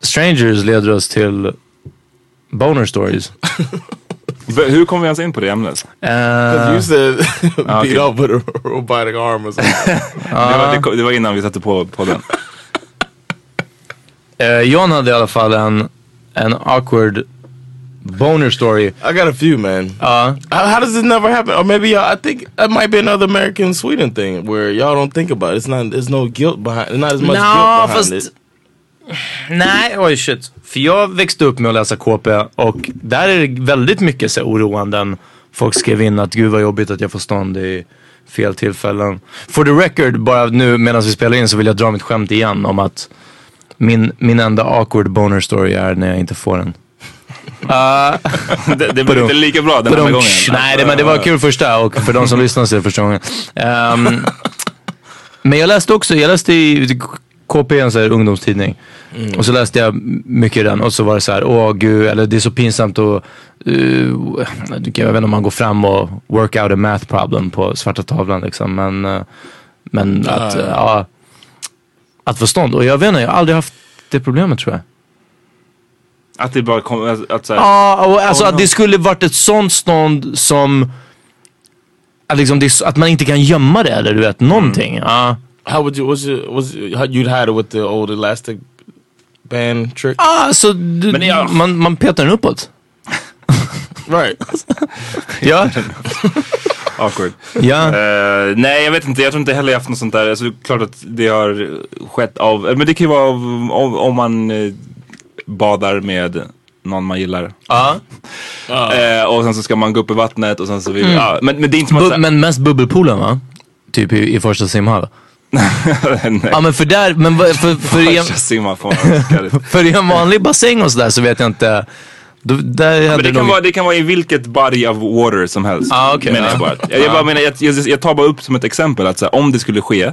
Speaker 5: Strangers leder oss till Boner Stories.
Speaker 1: Hur kom vi ens in på det ämnet?
Speaker 3: Because you said
Speaker 1: Ah,
Speaker 3: beat
Speaker 1: okay.
Speaker 3: up with a robotic arm or something.
Speaker 1: Det var, det, kom- det var innan vi satte på podden.
Speaker 5: Eh, John hade i alla fall en, en awkward boner story.
Speaker 3: I got a few, man.
Speaker 5: Uh,
Speaker 3: how, how does this never happen? Or maybe y'all, I think that might be another American Sweden thing where y'all don't think about it. It's not. There's no guilt behind. There's not as much
Speaker 5: Nah,
Speaker 3: guilt
Speaker 5: fast-
Speaker 3: behind it.
Speaker 5: Nej, oj shit. För jag växte upp med att läsa KP och där är det väldigt mycket så här oroanden. Folk skrev in att gud vad jobbigt att jag får stånd i fel tillfällen. For the record, bara nu medan vi spelar in så vill jag dra mitt skämt igen om att min, min enda awkward boner story är när jag inte får den.
Speaker 1: det, det blev inte lika bra den
Speaker 5: Badum.
Speaker 1: andra gången. Alltså-
Speaker 5: Nej, det, men det var kul första och för de som lyssnar så är det första gången. Ehm, men jag läste också, jag läste i KP, en så här ungdomstidning.
Speaker 1: Mm.
Speaker 5: Och så läste jag mycket i den och så var det så här, åh gud, eller det är så pinsamt att, uh, jag vet inte om man går fram och work out a math problem på svarta tavlan liksom. Men, eh, men
Speaker 3: Ah,
Speaker 5: att,
Speaker 3: ja.
Speaker 5: ja. att få stånd. Och jag vet inte, jag har aldrig haft det problemet tror jag.
Speaker 1: Att det bara kom, att, att så här,
Speaker 5: Ja, och alltså
Speaker 1: Oh,
Speaker 5: att
Speaker 1: no.
Speaker 5: det skulle varit ett sånt stånd som... Att, liksom det, är så- att man inte kan gömma det eller du vet, någonting. Ja.
Speaker 3: Mm. How would you? Was it? Was it, how- you'd hide it with the old elastic band trick?
Speaker 5: Ah, så du, man, man petar den uppåt.
Speaker 3: Right.
Speaker 5: Ja.
Speaker 1: Awkward.
Speaker 3: Ah.
Speaker 5: Ja.
Speaker 1: Eh, nej, jag vet inte. Jag tror inte heller jag haft något sånt där. Alltså, det är klart att det har skett av... eh, Men det kan ju vara av, om, om man eh, badar med någon man gillar.
Speaker 5: Ja.
Speaker 1: Eh, och sen så ska man gå upp i vattnet och sen så vill...
Speaker 5: Mm.
Speaker 1: ja, men, men det är inte som att...
Speaker 5: Bu-
Speaker 1: så här-
Speaker 5: men mest bubbelpoolen va? Typ i, i första simhallen. Ja men för där, men vad- för, för, i en,
Speaker 1: Första simma får man önska det.
Speaker 5: för i en vanlig bassäng och sådär så vet jag inte. Då, där
Speaker 1: Ja,
Speaker 5: händer
Speaker 1: men det,
Speaker 5: nog-
Speaker 1: kan vara, det kan vara i vilket body of water som helst.
Speaker 5: Ah, okej,
Speaker 1: menar
Speaker 5: ja.
Speaker 1: jag, bara. Jag, jag, bara
Speaker 5: Ja.
Speaker 1: menar, jag, jag, jag tar bara upp som ett exempel att så här, om det skulle ske.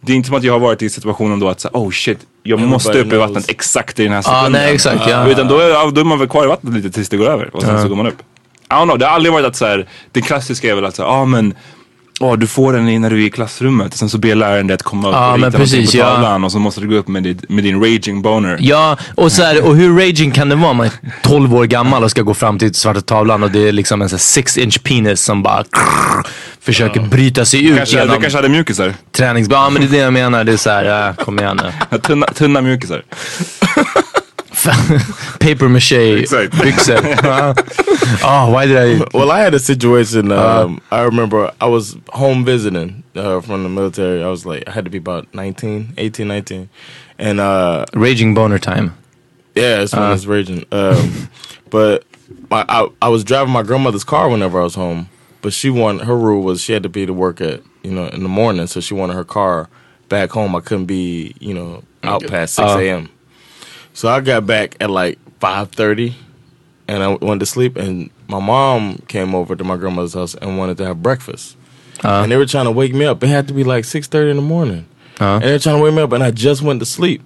Speaker 1: Det är inte som att jag har varit i situationen då att så här, oh shit, jag
Speaker 5: Everybody
Speaker 1: måste upp i
Speaker 5: knows.
Speaker 1: vattnet exakt i den här
Speaker 5: Ah,
Speaker 1: sekunden.
Speaker 5: nej, exakt, ja.
Speaker 1: Utan då, är- ja, då är man väl kvar i vattnet lite tills det går över och sen
Speaker 5: Ja.
Speaker 1: så går man upp. I don't know, det har aldrig varit att så här, det klassiska är väl att så här, ah, men åh du får den i- när du är i klassrummet. Sen så ber läraren dig att komma upp
Speaker 5: Ja,
Speaker 1: och
Speaker 5: Ah, men
Speaker 1: rita någonting på
Speaker 5: precis, ja.
Speaker 1: tavlan och så måste du gå upp med din, med din raging boner.
Speaker 5: Ja, och, så här, och hur raging kan det vara om man är 12 år gammal och ska gå fram till svarta tavlan och det är liksom en 6 inch penis som bara krrr, försöker bryta sig ut
Speaker 1: Kanske,
Speaker 5: genom
Speaker 1: Du kanske hade mjukisar?
Speaker 5: tränings... Ja, men det är det jag menar. Det är så här, äh, kom igen nu.
Speaker 1: Tunna, tunna mjukisar.
Speaker 5: paper mache byxor. Ja. oh, why did I?
Speaker 3: Well, I had a situation. Um, I remember I was home visiting uh, from the military. I was like, I had to be about 19, 18, 19. And, uh,
Speaker 5: Raging boner time.
Speaker 3: yeah, it's when
Speaker 5: Uh.
Speaker 3: it's raging. Um, but my, I, I was driving my grandmother's car whenever I was home. But she wanted, her rule was she had to be to work at, you know, in the morning. So she wanted her car back home. I couldn't be, you know, out past 6
Speaker 7: Uh.
Speaker 3: a.m. So I got back at like five thirty, and I went to sleep. And my mom came over to my grandmother's house and wanted to have breakfast. and they were trying to wake me up. It had to be like six thirty in the morning, and they're trying to wake me up. And I just went to sleep.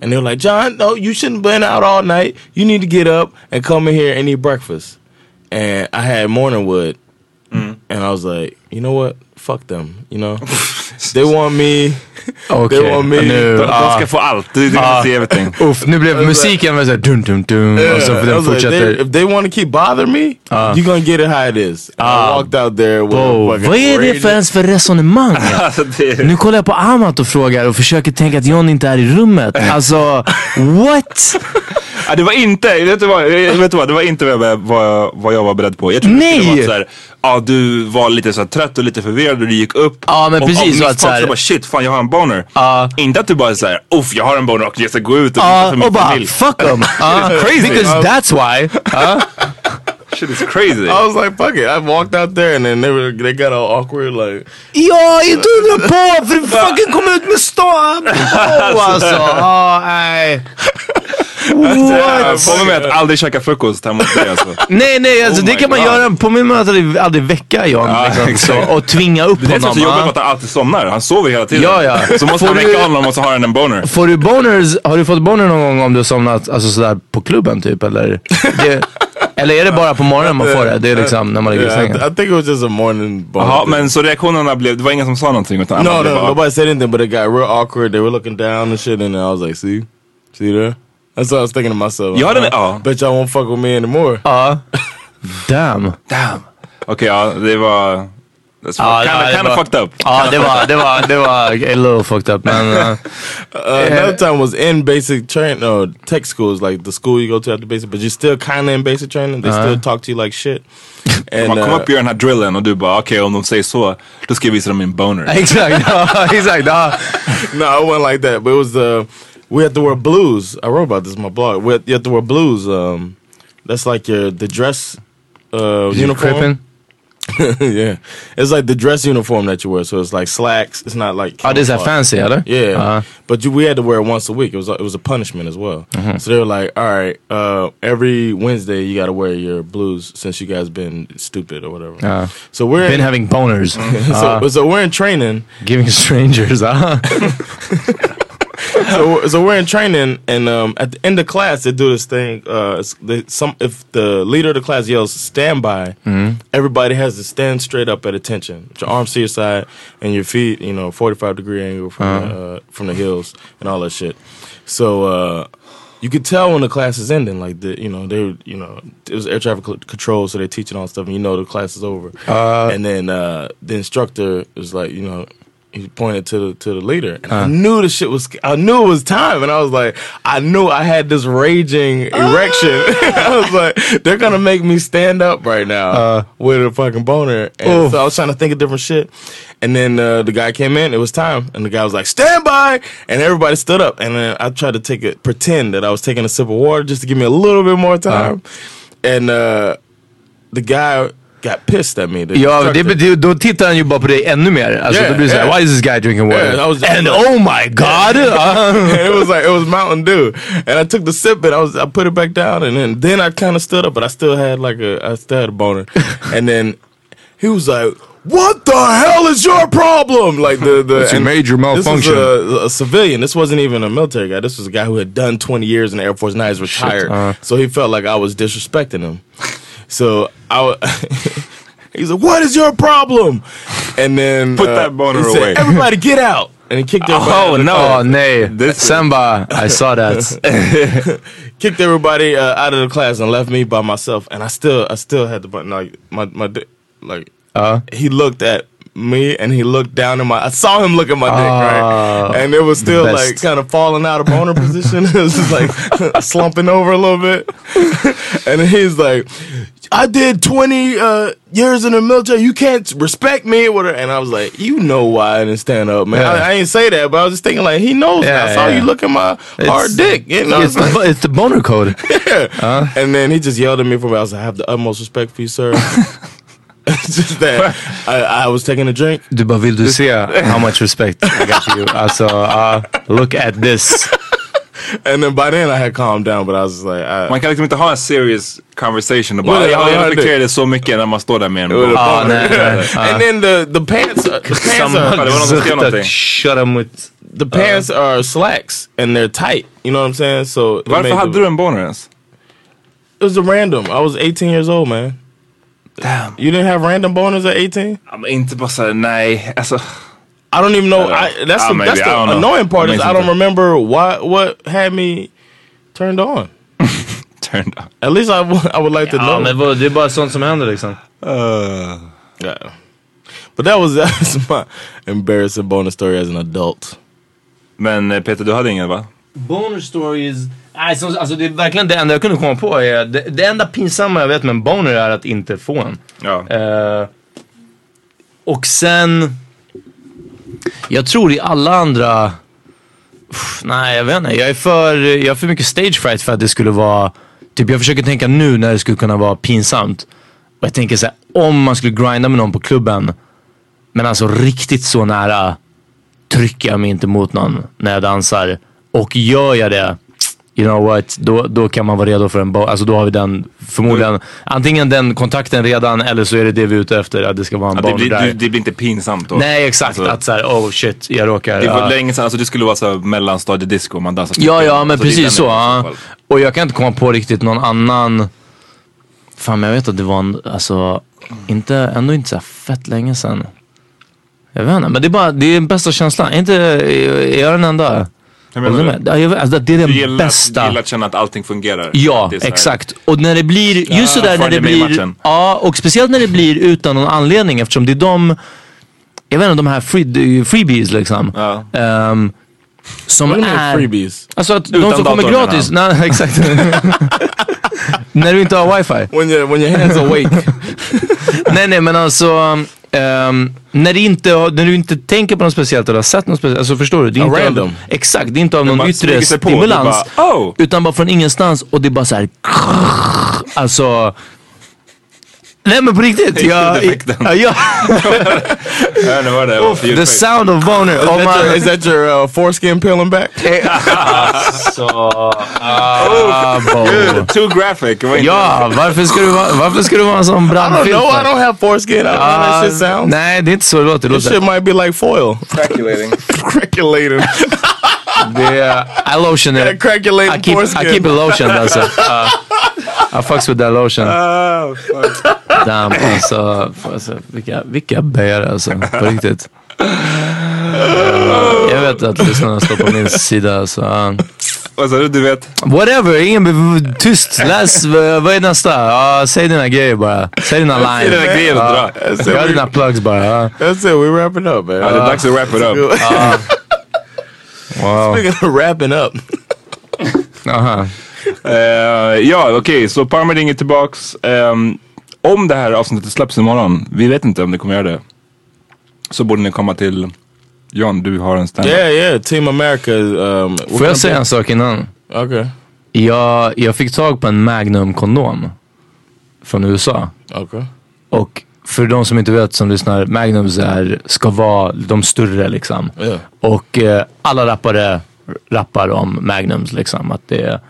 Speaker 3: And they were like, "John, no, you shouldn't been out all night. You need to get up and come in here and eat breakfast." And I had morning wood, and I was like, "You know what? Fuck them. You know, they want me. They want me.
Speaker 5: Nu, ja. Ja. Uff, nu blev
Speaker 3: Jag var så här-
Speaker 5: musiken väldigt såhär dun dun dun och så
Speaker 3: Yeah, Oh,
Speaker 5: för
Speaker 3: I
Speaker 5: den
Speaker 3: was like,
Speaker 5: fortsätter.
Speaker 3: they- if they want to keep bothering me,
Speaker 5: Ah.
Speaker 3: you're gonna get it how it is. And I walked out there with
Speaker 5: Wow,
Speaker 3: a fucking
Speaker 5: vad är det
Speaker 3: raging-
Speaker 5: för ens för resonemang? Nu kollar jag på Amat och frågar och försöker tänka att John inte är i rummet. Alltså, what?
Speaker 1: Ja, det var inte, vet du vad, eh, vet du vad, det var inte vad jag, vad jag, vad jag var beredd på. Jag trodde
Speaker 5: Nej!
Speaker 1: det var så här, ja du var lite så här trött och lite förvirrad och du gick upp.
Speaker 5: Ja, men
Speaker 1: och,
Speaker 5: precis,
Speaker 1: av
Speaker 5: och att
Speaker 1: misstag
Speaker 5: så här-
Speaker 1: så bara shit, fan jag har en boner. Inte att du bara så här, uff jag har en boner och jag ska gå ut och
Speaker 5: Ja,
Speaker 1: visa för min
Speaker 5: och bara,
Speaker 1: familj.
Speaker 5: fuck them. Ja,
Speaker 1: It's crazy.
Speaker 5: because that's why. Ja.
Speaker 1: Shit is crazy.
Speaker 3: I was like, fuck it. I walked out there and then they were they got all awkward like
Speaker 5: Ja, inte undra på för du fucking kom ut med stan. Oh, alltså. Ja, nej. What?
Speaker 1: Får mig med att aldrig käka frukost hemma hos dig alltså.
Speaker 5: Nej, nej, alltså
Speaker 1: Oh
Speaker 5: det
Speaker 1: my
Speaker 5: kan man
Speaker 1: God.
Speaker 5: göra. Påminn mig att aldrig, aldrig väcka John.
Speaker 1: Ja,
Speaker 5: liksom,
Speaker 1: exakt.
Speaker 5: så, och tvinga upp
Speaker 1: Det är det som är
Speaker 5: honom.
Speaker 1: så jobbigt
Speaker 5: ja.
Speaker 1: med att han alltid somnar. Han sover hela tiden.
Speaker 5: Ja, ja.
Speaker 1: Så måste
Speaker 5: Får
Speaker 1: han
Speaker 5: du-
Speaker 1: väcka honom och så har han en boner.
Speaker 5: Får du boners, har du fått boner någon gång om du har somnat alltså sådär på klubben typ? Eller, det, eller är det bara på morgonen man får det? Det är liksom när man ligger i
Speaker 3: Yeah, I,
Speaker 5: sängen.
Speaker 3: I think it was just a morning boner.
Speaker 1: Jaha, men så reaktionerna blev, det var ingen som sa någonting utan alla
Speaker 3: No,
Speaker 1: blev
Speaker 3: no,
Speaker 1: bara,
Speaker 3: nobody said anything, but it got real awkward. They were looking down and shit, and I was like, see, see there. That's what I was thinking to myself.
Speaker 1: Y'all didn't-
Speaker 3: "Uh,
Speaker 1: oh.
Speaker 3: Bet y'all won't fuck with me anymore.
Speaker 5: Uh, damn.
Speaker 1: Damn. Okej, ja det var... That's
Speaker 5: Ja,
Speaker 1: kinda,
Speaker 5: ja, det
Speaker 1: kinda
Speaker 5: var-
Speaker 1: fucked up.
Speaker 5: Ja, det var, det var, det var a little fucked up. Men, eh,
Speaker 3: Uh, another time was in basic train or tech schools, like the school you go to after basic, but you're still kind of in basic training. They
Speaker 1: Uh-huh.
Speaker 3: still talk to you like shit. And,
Speaker 1: Man kom
Speaker 3: uh,
Speaker 8: eh,
Speaker 1: upp och gör den här drillen och du bara okej om de säger så, då ska jag visa dem min boner.
Speaker 5: Exakt, ja, exakt. ja.
Speaker 3: uh, no, I wasn't like that. But it was uh, we had to wear blues. I wrote about this in my blog. We had, you had to wear blues. Um, that's like your the dress uh,
Speaker 5: Is it
Speaker 3: uniform.
Speaker 5: crippin'?
Speaker 3: yeah, it's like the dress uniform that you wear. So it's like slacks. It's not like
Speaker 5: Oh, this is that
Speaker 3: camouflage.
Speaker 5: fancy, are they?
Speaker 3: Yeah,
Speaker 5: Uh-huh.
Speaker 3: but you, we had to wear it once a week. It was a- it was a punishment as well.
Speaker 5: Mhm.
Speaker 3: So they were like, all right, uh, every Wednesday you got to wear your blues since you guys been stupid or whatever.
Speaker 5: ja.
Speaker 3: So we're
Speaker 5: Uh-huh. Been Uh-huh. having boners.
Speaker 3: so,
Speaker 5: Ja.
Speaker 3: so we're in training.
Speaker 5: Giving strangers. Uh.
Speaker 3: so, so we're in training, and um, at the end of class, they do this thing. Uh, s- they, some if the leader of the class yells "stand by,"
Speaker 9: Mm.
Speaker 3: everybody has to stand straight up at attention. With your arms to your side and your feet, you know, forty-five degree angle from the, uh, from the heels and all that shit. So uh, you could tell when the class is ending, like the you know they you know it was air traffic c- control, so they're teaching all that stuff, and you know the class is over. and then uh, the instructor was like, you know. He pointed to the to the leader, and I
Speaker 9: Uh.
Speaker 3: knew the shit was. I knew it was time, and I was like, I knew I had this raging erection. I was like, they're gonna make me stand up right now Uh, with a fucking boner. And
Speaker 9: Oof.
Speaker 3: so I was trying to think of different shit, and then uh, the guy came in. It was time, and the guy was like, "Stand by!" And everybody stood up, and then I tried to take it, pretend that I was taking a sip of water just to give me a little bit more time, and uh, the guy got pissed at me. the
Speaker 5: Ja, det,
Speaker 3: instructor.
Speaker 5: betyder- då tittar han ju bara på dig ännu mer. Alltså,
Speaker 3: Yeah,
Speaker 5: då blir det såhär,
Speaker 3: yeah.
Speaker 5: why is this guy drinking water?
Speaker 3: Yeah, I was just
Speaker 5: And
Speaker 3: like-
Speaker 5: oh my god!
Speaker 3: And it was like it was Mountain Dew, and I took the sip and I was I put it back down, and then then I kind of stood up, but I still had like a I still had a boner, and then he was like. What the hell is your problem? Like the the
Speaker 8: It's a
Speaker 3: and
Speaker 8: major malfunction.
Speaker 3: This was a, a civilian. This wasn't even a military guy. This was a guy who had done 20 years in the Air Force. Now he's retired,
Speaker 9: Uh-huh.
Speaker 3: so he felt like I was disrespecting him. So I, w- he's like, "What is your problem?" And then uh,
Speaker 1: Put that boner
Speaker 3: he said,
Speaker 1: away.
Speaker 3: Everybody get out! And he kicked everybody. out of the class.
Speaker 5: Oh, nej. Samba, I saw that.
Speaker 3: kicked everybody uh, out of the class and left me by
Speaker 10: Uh-huh.
Speaker 3: myself. And I still, I still had the button. Like my, my, di- like
Speaker 5: uh,
Speaker 3: he looked at me and he looked down at my I saw him look at my dick,
Speaker 10: Ah,
Speaker 3: right? And it was still
Speaker 10: best.
Speaker 3: like kind of falling out of boner position. it was just like slumping over a little bit. and he's like, I did 20 uh, years in the military. You can't respect me. or Whatever. And I was like, you know why I didn't stand up, man.
Speaker 10: Yeah.
Speaker 3: I, I ain't say that, but I was just thinking like, he knows.
Speaker 10: Yeah,
Speaker 3: I saw
Speaker 10: yeah.
Speaker 3: you look at my hard
Speaker 10: It's-
Speaker 3: dick. You know?
Speaker 10: it's the bo-
Speaker 3: it's the boner code. yeah. And then he just yelled at me for a while. I was like, I have the utmost respect for you, sir. just that. I, I was taking a drink.
Speaker 11: Du bara, vill du se how much respect I got for you? Alltså,
Speaker 5: uh,
Speaker 11: ah, look at this.
Speaker 3: And then by then I had calmed down but I was just like I,
Speaker 1: Man kan liksom inte ha en serious conversation och bara
Speaker 3: Nej,
Speaker 1: jag
Speaker 3: jag
Speaker 1: har
Speaker 3: hörde.
Speaker 1: reflekterat det så mycket när man står där med en
Speaker 3: It was a
Speaker 5: Ah,
Speaker 1: boll."
Speaker 3: bummer. And then the the pants are, the pants
Speaker 5: Alltså,
Speaker 1: Someone-
Speaker 3: are
Speaker 1: Det var någon som skrev någonting.
Speaker 3: shut them with the pants are slacks and they're tight. You know what I'm saying? So it
Speaker 1: Varför
Speaker 3: made
Speaker 1: hade
Speaker 3: the-
Speaker 1: du en boner ens?
Speaker 3: It was a random. I was 18 years old, man. Damn. You didn't have random boners at 18? I'm into bara såhär, nej, alltså. I don't even know. I, that's
Speaker 1: Ah,
Speaker 3: the,
Speaker 1: maybe.
Speaker 3: that's
Speaker 1: I
Speaker 3: the
Speaker 1: don't know.
Speaker 3: annoying
Speaker 1: Jag
Speaker 3: part is
Speaker 1: minns
Speaker 3: I don't
Speaker 1: inte.
Speaker 3: remember why, what had me turned on.
Speaker 1: Turned
Speaker 3: on. At least I, w- I would like to
Speaker 5: Ja,
Speaker 3: know.
Speaker 5: men vad- det är bara sånt som händer liksom.
Speaker 1: Uh,
Speaker 3: Yeah. But that was, that was my embarrassing bonus story as an adult.
Speaker 1: Men eh, Peter, du hade ingen va?
Speaker 5: Boner stories. Nej, som, alltså det är verkligen det enda jag kunde komma på. Är, det, det enda pinsamma jag vet med en boner är att inte få en. Eh, och sen... Jag tror i alla andra... Uff, nej, jag vet inte. Jag är, för, jag är för mycket stage fright för att det skulle vara... Typ jag försöker tänka nu när det skulle kunna vara pinsamt. Och jag tänker så här, om man skulle grinda med någon på klubben. Men alltså riktigt så nära trycker jag mig inte mot någon när jag dansar. Och gör jag det, you know what, då, då kan man vara redo för en bo- Alltså då har vi den
Speaker 1: Mm.
Speaker 5: förmodligen, antingen den kontakten redan eller så är det det vi är ute efter. Att det ska vara en
Speaker 1: Att det,
Speaker 5: boner
Speaker 1: blir,
Speaker 5: där.
Speaker 1: det, det blir inte pinsamt då? Alltså,
Speaker 5: Nej exakt, att såhär oh shit jag råkar.
Speaker 1: Det var
Speaker 5: ja.
Speaker 1: länge sedan, alltså det skulle vara så här mellanstadiedisco, man dansar till
Speaker 5: ja
Speaker 1: den.
Speaker 5: ja men
Speaker 1: Alltså, det är den
Speaker 5: precis så.
Speaker 1: nivån i
Speaker 5: ja.
Speaker 1: så fall.
Speaker 5: Och jag kan inte komma på riktigt någon annan. Fan men jag vet att det var en, alltså, inte, ändå inte så här fett länge sedan. Jag vet inte, men det är bara, det är den bästa känslan. Är Inte, är jag den enda?
Speaker 1: menar
Speaker 5: Håller
Speaker 1: du?
Speaker 5: med? Ja, jag vet, Alltså, det är den
Speaker 1: Du gillar,
Speaker 5: bästa.
Speaker 1: du gillar att känna att allting fungerar?
Speaker 5: Ja,
Speaker 1: Att det är så här-
Speaker 5: exakt. Och när det blir, just
Speaker 1: Ah,
Speaker 5: sådär när det
Speaker 1: Friday May
Speaker 5: blir,
Speaker 1: matchen.
Speaker 5: ja, och speciellt när det blir utan någon anledning eftersom det är de, jag vet inte, de här free, det är ju freebies liksom. Ehm, som
Speaker 3: What do you mean
Speaker 5: är...
Speaker 3: freebies?
Speaker 5: Alltså att
Speaker 3: Utan
Speaker 5: de som kommer
Speaker 3: datorn, menar
Speaker 5: gratis,
Speaker 3: han.
Speaker 5: nej exakt. när du inte har wifi.
Speaker 3: When your, when your hands awake.
Speaker 5: nej nej men alltså, ehm, när, det inte, har- när du inte tänker på något speciellt eller har sett något speciellt, alltså förstår du? Det är
Speaker 3: Ja,
Speaker 5: inte
Speaker 3: random.
Speaker 5: Av, exakt, det är inte av
Speaker 3: bara
Speaker 5: någon
Speaker 3: smyger
Speaker 5: yttre
Speaker 3: sig på,
Speaker 5: stimulans.
Speaker 3: det bara, oh.
Speaker 5: Utan bara från ingenstans och det är bara så här. Alltså. Nej men på riktigt. Jag, ja, jag,
Speaker 1: Ja, nu var det.
Speaker 5: Uff, the sound of boner.
Speaker 3: Is,
Speaker 5: Om
Speaker 3: that,
Speaker 5: man,
Speaker 3: your, is that your uh, foreskin peeling back?
Speaker 5: Alltså,
Speaker 1: Gud, Too graphic. Det var inte-
Speaker 5: Ah, ja, varför ska, du vara, varför ska du vara en sån brandfilter?
Speaker 3: I don't know, I don't have foreskin. I don't know how that
Speaker 5: Ah,
Speaker 3: shit sounds.
Speaker 5: Nej, det är inte så det låter. Det
Speaker 3: This
Speaker 5: låter-
Speaker 3: shit might be like foil. Craculating. Craculating.
Speaker 5: Det är, I lotion it. I keep, I keep it lotioned alltså. Uh, I fucks with that lotion. Ah, Damn alltså. alltså vilka, vilka bögar alltså. På riktigt. Eh, jag vet att lyssnarna står på min sida så. Uh.
Speaker 1: Vad sa Alltså, du? Du vet?
Speaker 5: Whatever, ingen be- tyst. Läs, v- vad är nästa? Ja, säg dina grejer bara. Säg dina
Speaker 3: Säg
Speaker 5: lines.
Speaker 3: dina grejer och
Speaker 5: Ja,
Speaker 3: dra.
Speaker 5: Gör dina plugs bara. ja.
Speaker 3: That's it. We wrapping up, man.
Speaker 5: Ja, det är dags att wrap it up.
Speaker 3: Ah.
Speaker 5: Wow.
Speaker 3: Speaking of wrapping up.
Speaker 1: Eh, ja, okej, så Parma ringer tillbaks. Ehm, om det här avsnittet släpps imorgon, vi vet inte om det kommer göra det. Så borde ni komma till John, du har en stand
Speaker 3: Yeah, yeah. Team America. Um, we're
Speaker 5: Får
Speaker 3: gonna
Speaker 5: jag säga
Speaker 3: be-
Speaker 5: en sak innan?
Speaker 3: Okay.
Speaker 5: Jag, jag fick tag på en Magnum-kondom från USA.
Speaker 3: Okay.
Speaker 5: Och för de som inte vet som lyssnar, Magnums är, ska vara de större liksom.
Speaker 3: Yeah.
Speaker 5: Och eh, alla rappare rappar om Magnums liksom. Att det är,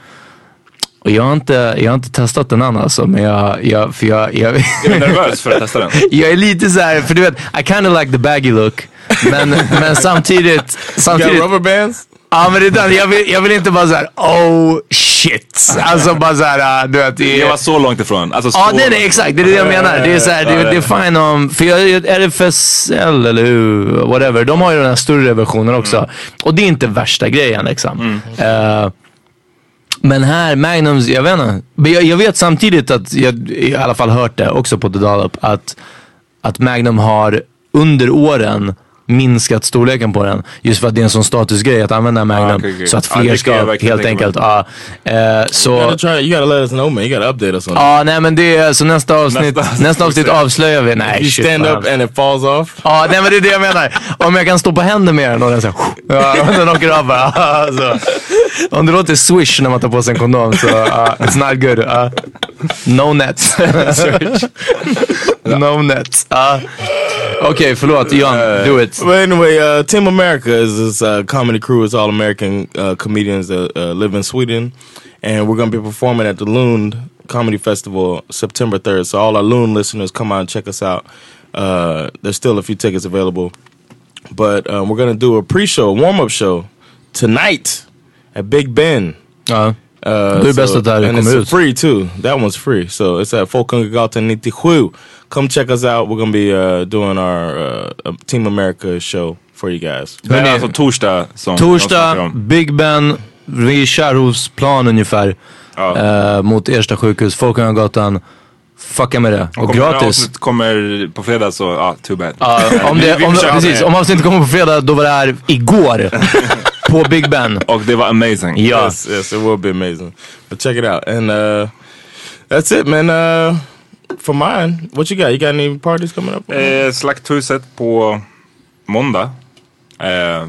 Speaker 5: och jag har, inte, jag har inte testat den än alltså, men jag... jag, för jag, jag
Speaker 1: Är du nervös för att testa den?
Speaker 5: Jag är lite så här, för du vet, I kind of like the baggy look. Men, men samtidigt... samtidigt
Speaker 3: rubber bands?
Speaker 5: Ja men det är den, jag vill, jag vill inte bara såhär oh shit. Alltså bara såhär, du vet. det-
Speaker 1: Jag var så långt ifrån. Alltså,
Speaker 5: ja
Speaker 1: så
Speaker 5: det är
Speaker 1: långt
Speaker 5: det,
Speaker 1: ifrån.
Speaker 5: exakt, det är det jag menar. Det är såhär,
Speaker 1: Ja,
Speaker 5: det, det är fine om, för jag, jag- RFSL eller hur, whatever, de har ju den här större versionen också.
Speaker 12: Mm.
Speaker 5: Och det är inte värsta grejen liksom. Eh, men här, Magnums, jag vet inte. Men jag, jag vet samtidigt att, jag i alla fall hört det också på The Dollop, att, att Magnum har under åren minskat storleken på den. Just för att det är en sån statusgrej att använda Magnum.
Speaker 12: okej, okej.
Speaker 5: Så att
Speaker 12: Ja, det
Speaker 5: fler
Speaker 12: kan jag
Speaker 5: ska
Speaker 12: verkligen
Speaker 5: helt
Speaker 12: tänka
Speaker 5: enkelt... Ja, eh,
Speaker 12: You gotta
Speaker 5: så,
Speaker 12: try. You gotta let us know, man. You gotta update us on.
Speaker 3: Oh,
Speaker 5: Ja, nej men det är så nästa avsnitt, nästa, avsnitt avslöjar vi. Nej,
Speaker 12: If you
Speaker 5: shit,
Speaker 12: stand
Speaker 5: vad
Speaker 12: up and it falls off.
Speaker 5: Ja, nej, men det är det jag menar. Om jag kan stå på händer med den och den så här, ja, den åker av bara. Så. Om det låter swish när man tar på sig en kondom så uh, it's not good. Uh, no nets. no nets. Uh, Okej, förlåt. John, do it.
Speaker 12: But anyway, uh, Team America is this uh, comedy crew. It's all American uh, comedians that uh, live in Sweden, and we're gonna be performing at the Lund Comedy Festival September third. So all our Loon listeners, come out and check us out. Uh, there's still a few tickets available, but um, we're gonna do a pre-show, warm-up show tonight at Big Ben.
Speaker 5: Uh,
Speaker 12: uh,
Speaker 5: Det är bäst att det här
Speaker 12: and
Speaker 5: kommer
Speaker 12: it's
Speaker 5: ut.
Speaker 12: free too. That one's free. So it's at Folkungagatan 97. Come check us out. We're gonna be uh, doing our uh, uh, Team America show for you guys.
Speaker 5: Det här är alltså
Speaker 12: torsdag som
Speaker 5: Torsdag, Big Ben, vid Kärrhovsplan ungefär. Eh, mot Ersta sjukhus, Folkungagatan. Fucka med det. Och
Speaker 1: Kommer
Speaker 5: gratis.
Speaker 1: avsnitt kommer på fredag så, ja, ah, too bad.
Speaker 5: Ja, om, det,
Speaker 1: Vi- vi
Speaker 5: om,
Speaker 1: försöker.
Speaker 5: precis, om avsnittet kommer på fredag, då var det här igår. på Big Ben.
Speaker 12: Och det var amazing.
Speaker 5: Ja.
Speaker 12: Yes, yes, it will be amazing. But check it out. And uh, that's it man. Uh, for mine, what you got? You got any parties coming up?
Speaker 1: Eh, slakthuset på måndag. Eh,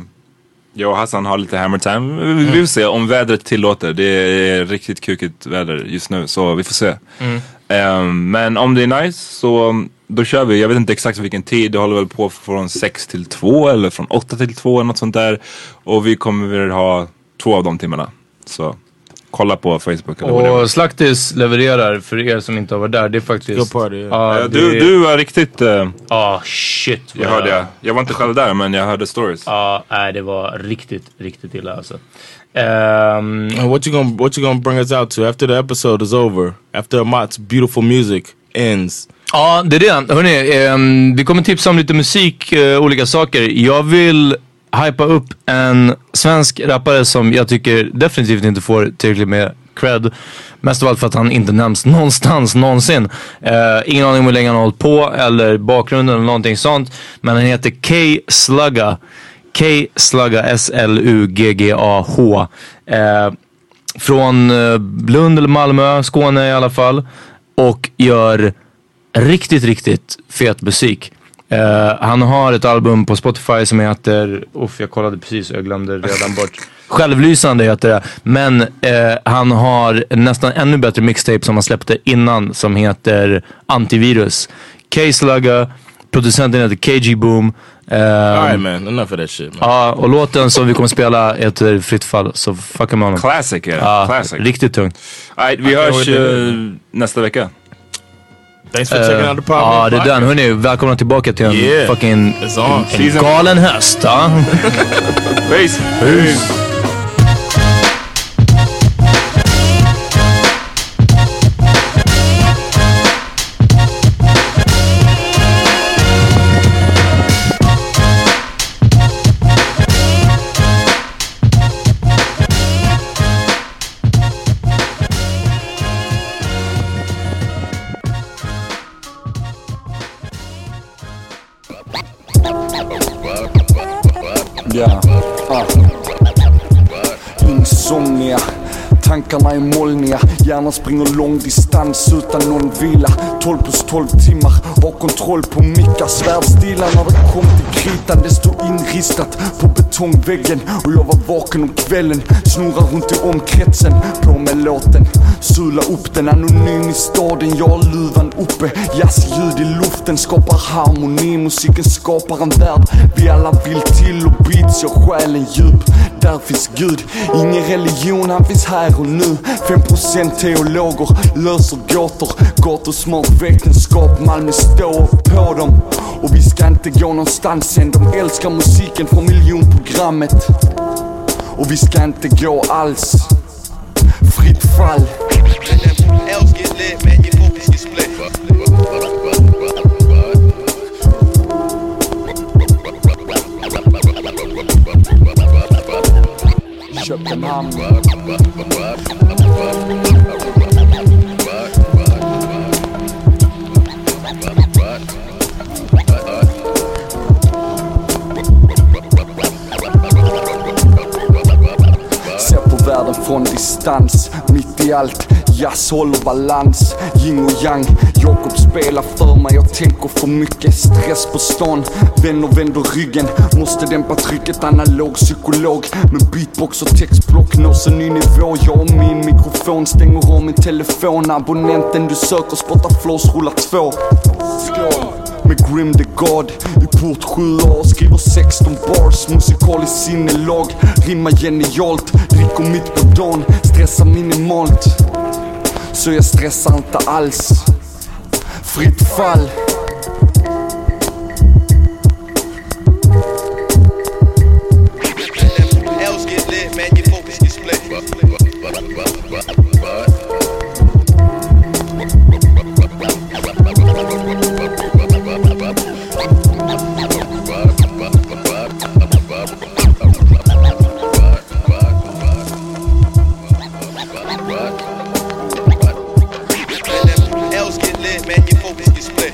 Speaker 1: jag och Hassan har lite hammer time. Vi
Speaker 5: Mm.
Speaker 1: vi får se om vädret tillåter. Det är riktigt kukigt väder just nu så vi får se.
Speaker 13: Mm.
Speaker 1: Eh, men om det är nice så då kör vi. Jag vet inte exakt vilken tid. Det håller väl på från 6 till 2 eller från 8 till 2 eller något sånt där. Och vi kommer ha två av de timmarna. Så kolla på Facebook eller whatever.
Speaker 5: Och Slaktis levererar, för er som inte har varit där, det är faktiskt...
Speaker 1: Good party,
Speaker 5: Ja,
Speaker 1: Eh,
Speaker 5: det-
Speaker 1: du, du var riktigt... Ja,
Speaker 5: shit.
Speaker 1: Jag hörde jag. Jag var inte själv där men jag hörde stories.
Speaker 5: Ja, nej, det var riktigt, riktigt illa alltså. Um,
Speaker 12: what you gonna What you gonna bring us out to after the episode is over? After Amat's beautiful music ends.
Speaker 5: Ja, det är det. Hörrni, ehm, vi kommer tipsa om lite musik, eh, olika saker. Jag vill hypa upp en svensk rappare som jag tycker definitivt inte får tillräckligt med cred. Mest av allt för att han inte nämns någonstans någonsin. Eh, ingen aning om hur länge han har hållit på eller bakgrunden eller någonting sånt. Men han heter K Slugga. K Slugga, S-L-U-G-G-A-H. Eh, från eh, Lund eller Malmö, Skåne i alla fall. Och gör riktigt, riktigt fet musik. Eh, han har ett album på Spotify som heter, uff jag kollade precis och jag glömde redan bort. Självlysande heter det. Men eh, han har en nästan ännu bättre mixtape som han släppte innan som heter Antivirus. K-Slugga, producenten heter KG Boom. Eh,
Speaker 12: Alright man, enough of that shit. Man.
Speaker 5: Ja, och låten som vi kommer spela heter Fritt fall, så fucka med honom.
Speaker 1: Classic är det.
Speaker 5: Ja,
Speaker 1: Classic.
Speaker 5: Riktigt tungt.
Speaker 1: Nej, vi
Speaker 5: Jag
Speaker 1: hörs
Speaker 5: vet inte.
Speaker 1: eh, nästa vecka.
Speaker 12: Thanks
Speaker 5: Eh, Ja, det är den. Hörni, välkomna tillbaka till en
Speaker 1: Yeah.
Speaker 5: fucking
Speaker 1: on.
Speaker 5: en
Speaker 1: Season-
Speaker 5: galen höst. Ja.
Speaker 1: Peace.
Speaker 5: Peace.
Speaker 3: Ja. Ah. Insomnia Tankarna är molniga, hjärnan springer lång distans utan någon vila 12 plus 12 timmar, har kontroll på mickar Svärdstila när det kom till kritan, det stod inristat på betongväggen Och jag var vaken om kvällen, snurrar runt i omkretsen På med låten, sula upp den anonym i staden Jag har luvan uppe, jazzljud i luften skapar harmoni Musiken skapar en värld vi alla vill till och beats, jag själen djup Där finns Gud, ingen religion, han finns här och nu 5% teologer löser gåtor Gatusmart vetenskap, Malmö står på dem Och vi ska inte gå någonstans än, de älskar musiken från miljonprogrammet Och vi ska inte gå alls Fritt fall Köpenhamn substans mitt i allt. Jazz håller balans, yin och yang. Jakob spelar för mig, jag tänker för mycket. Stress på stan, vänner vänder ryggen. Måste dämpa trycket, analog psykolog. Men beatbox och textblock nås en ny nivå. Jag och min mikrofon stänger av min telefon. Abonnenten du söker spottar flås, rullar två. Skål! med Grim the God i port 7A Skriver 16 bars, musikaliskt sinnelag Rimmar genialt, dricker mitt på dagen Stressar minimalt Så jag stressar inte alls Fritt fall
Speaker 14: L's get lit, man, your focus get split. L's get lit, man, your focus get split.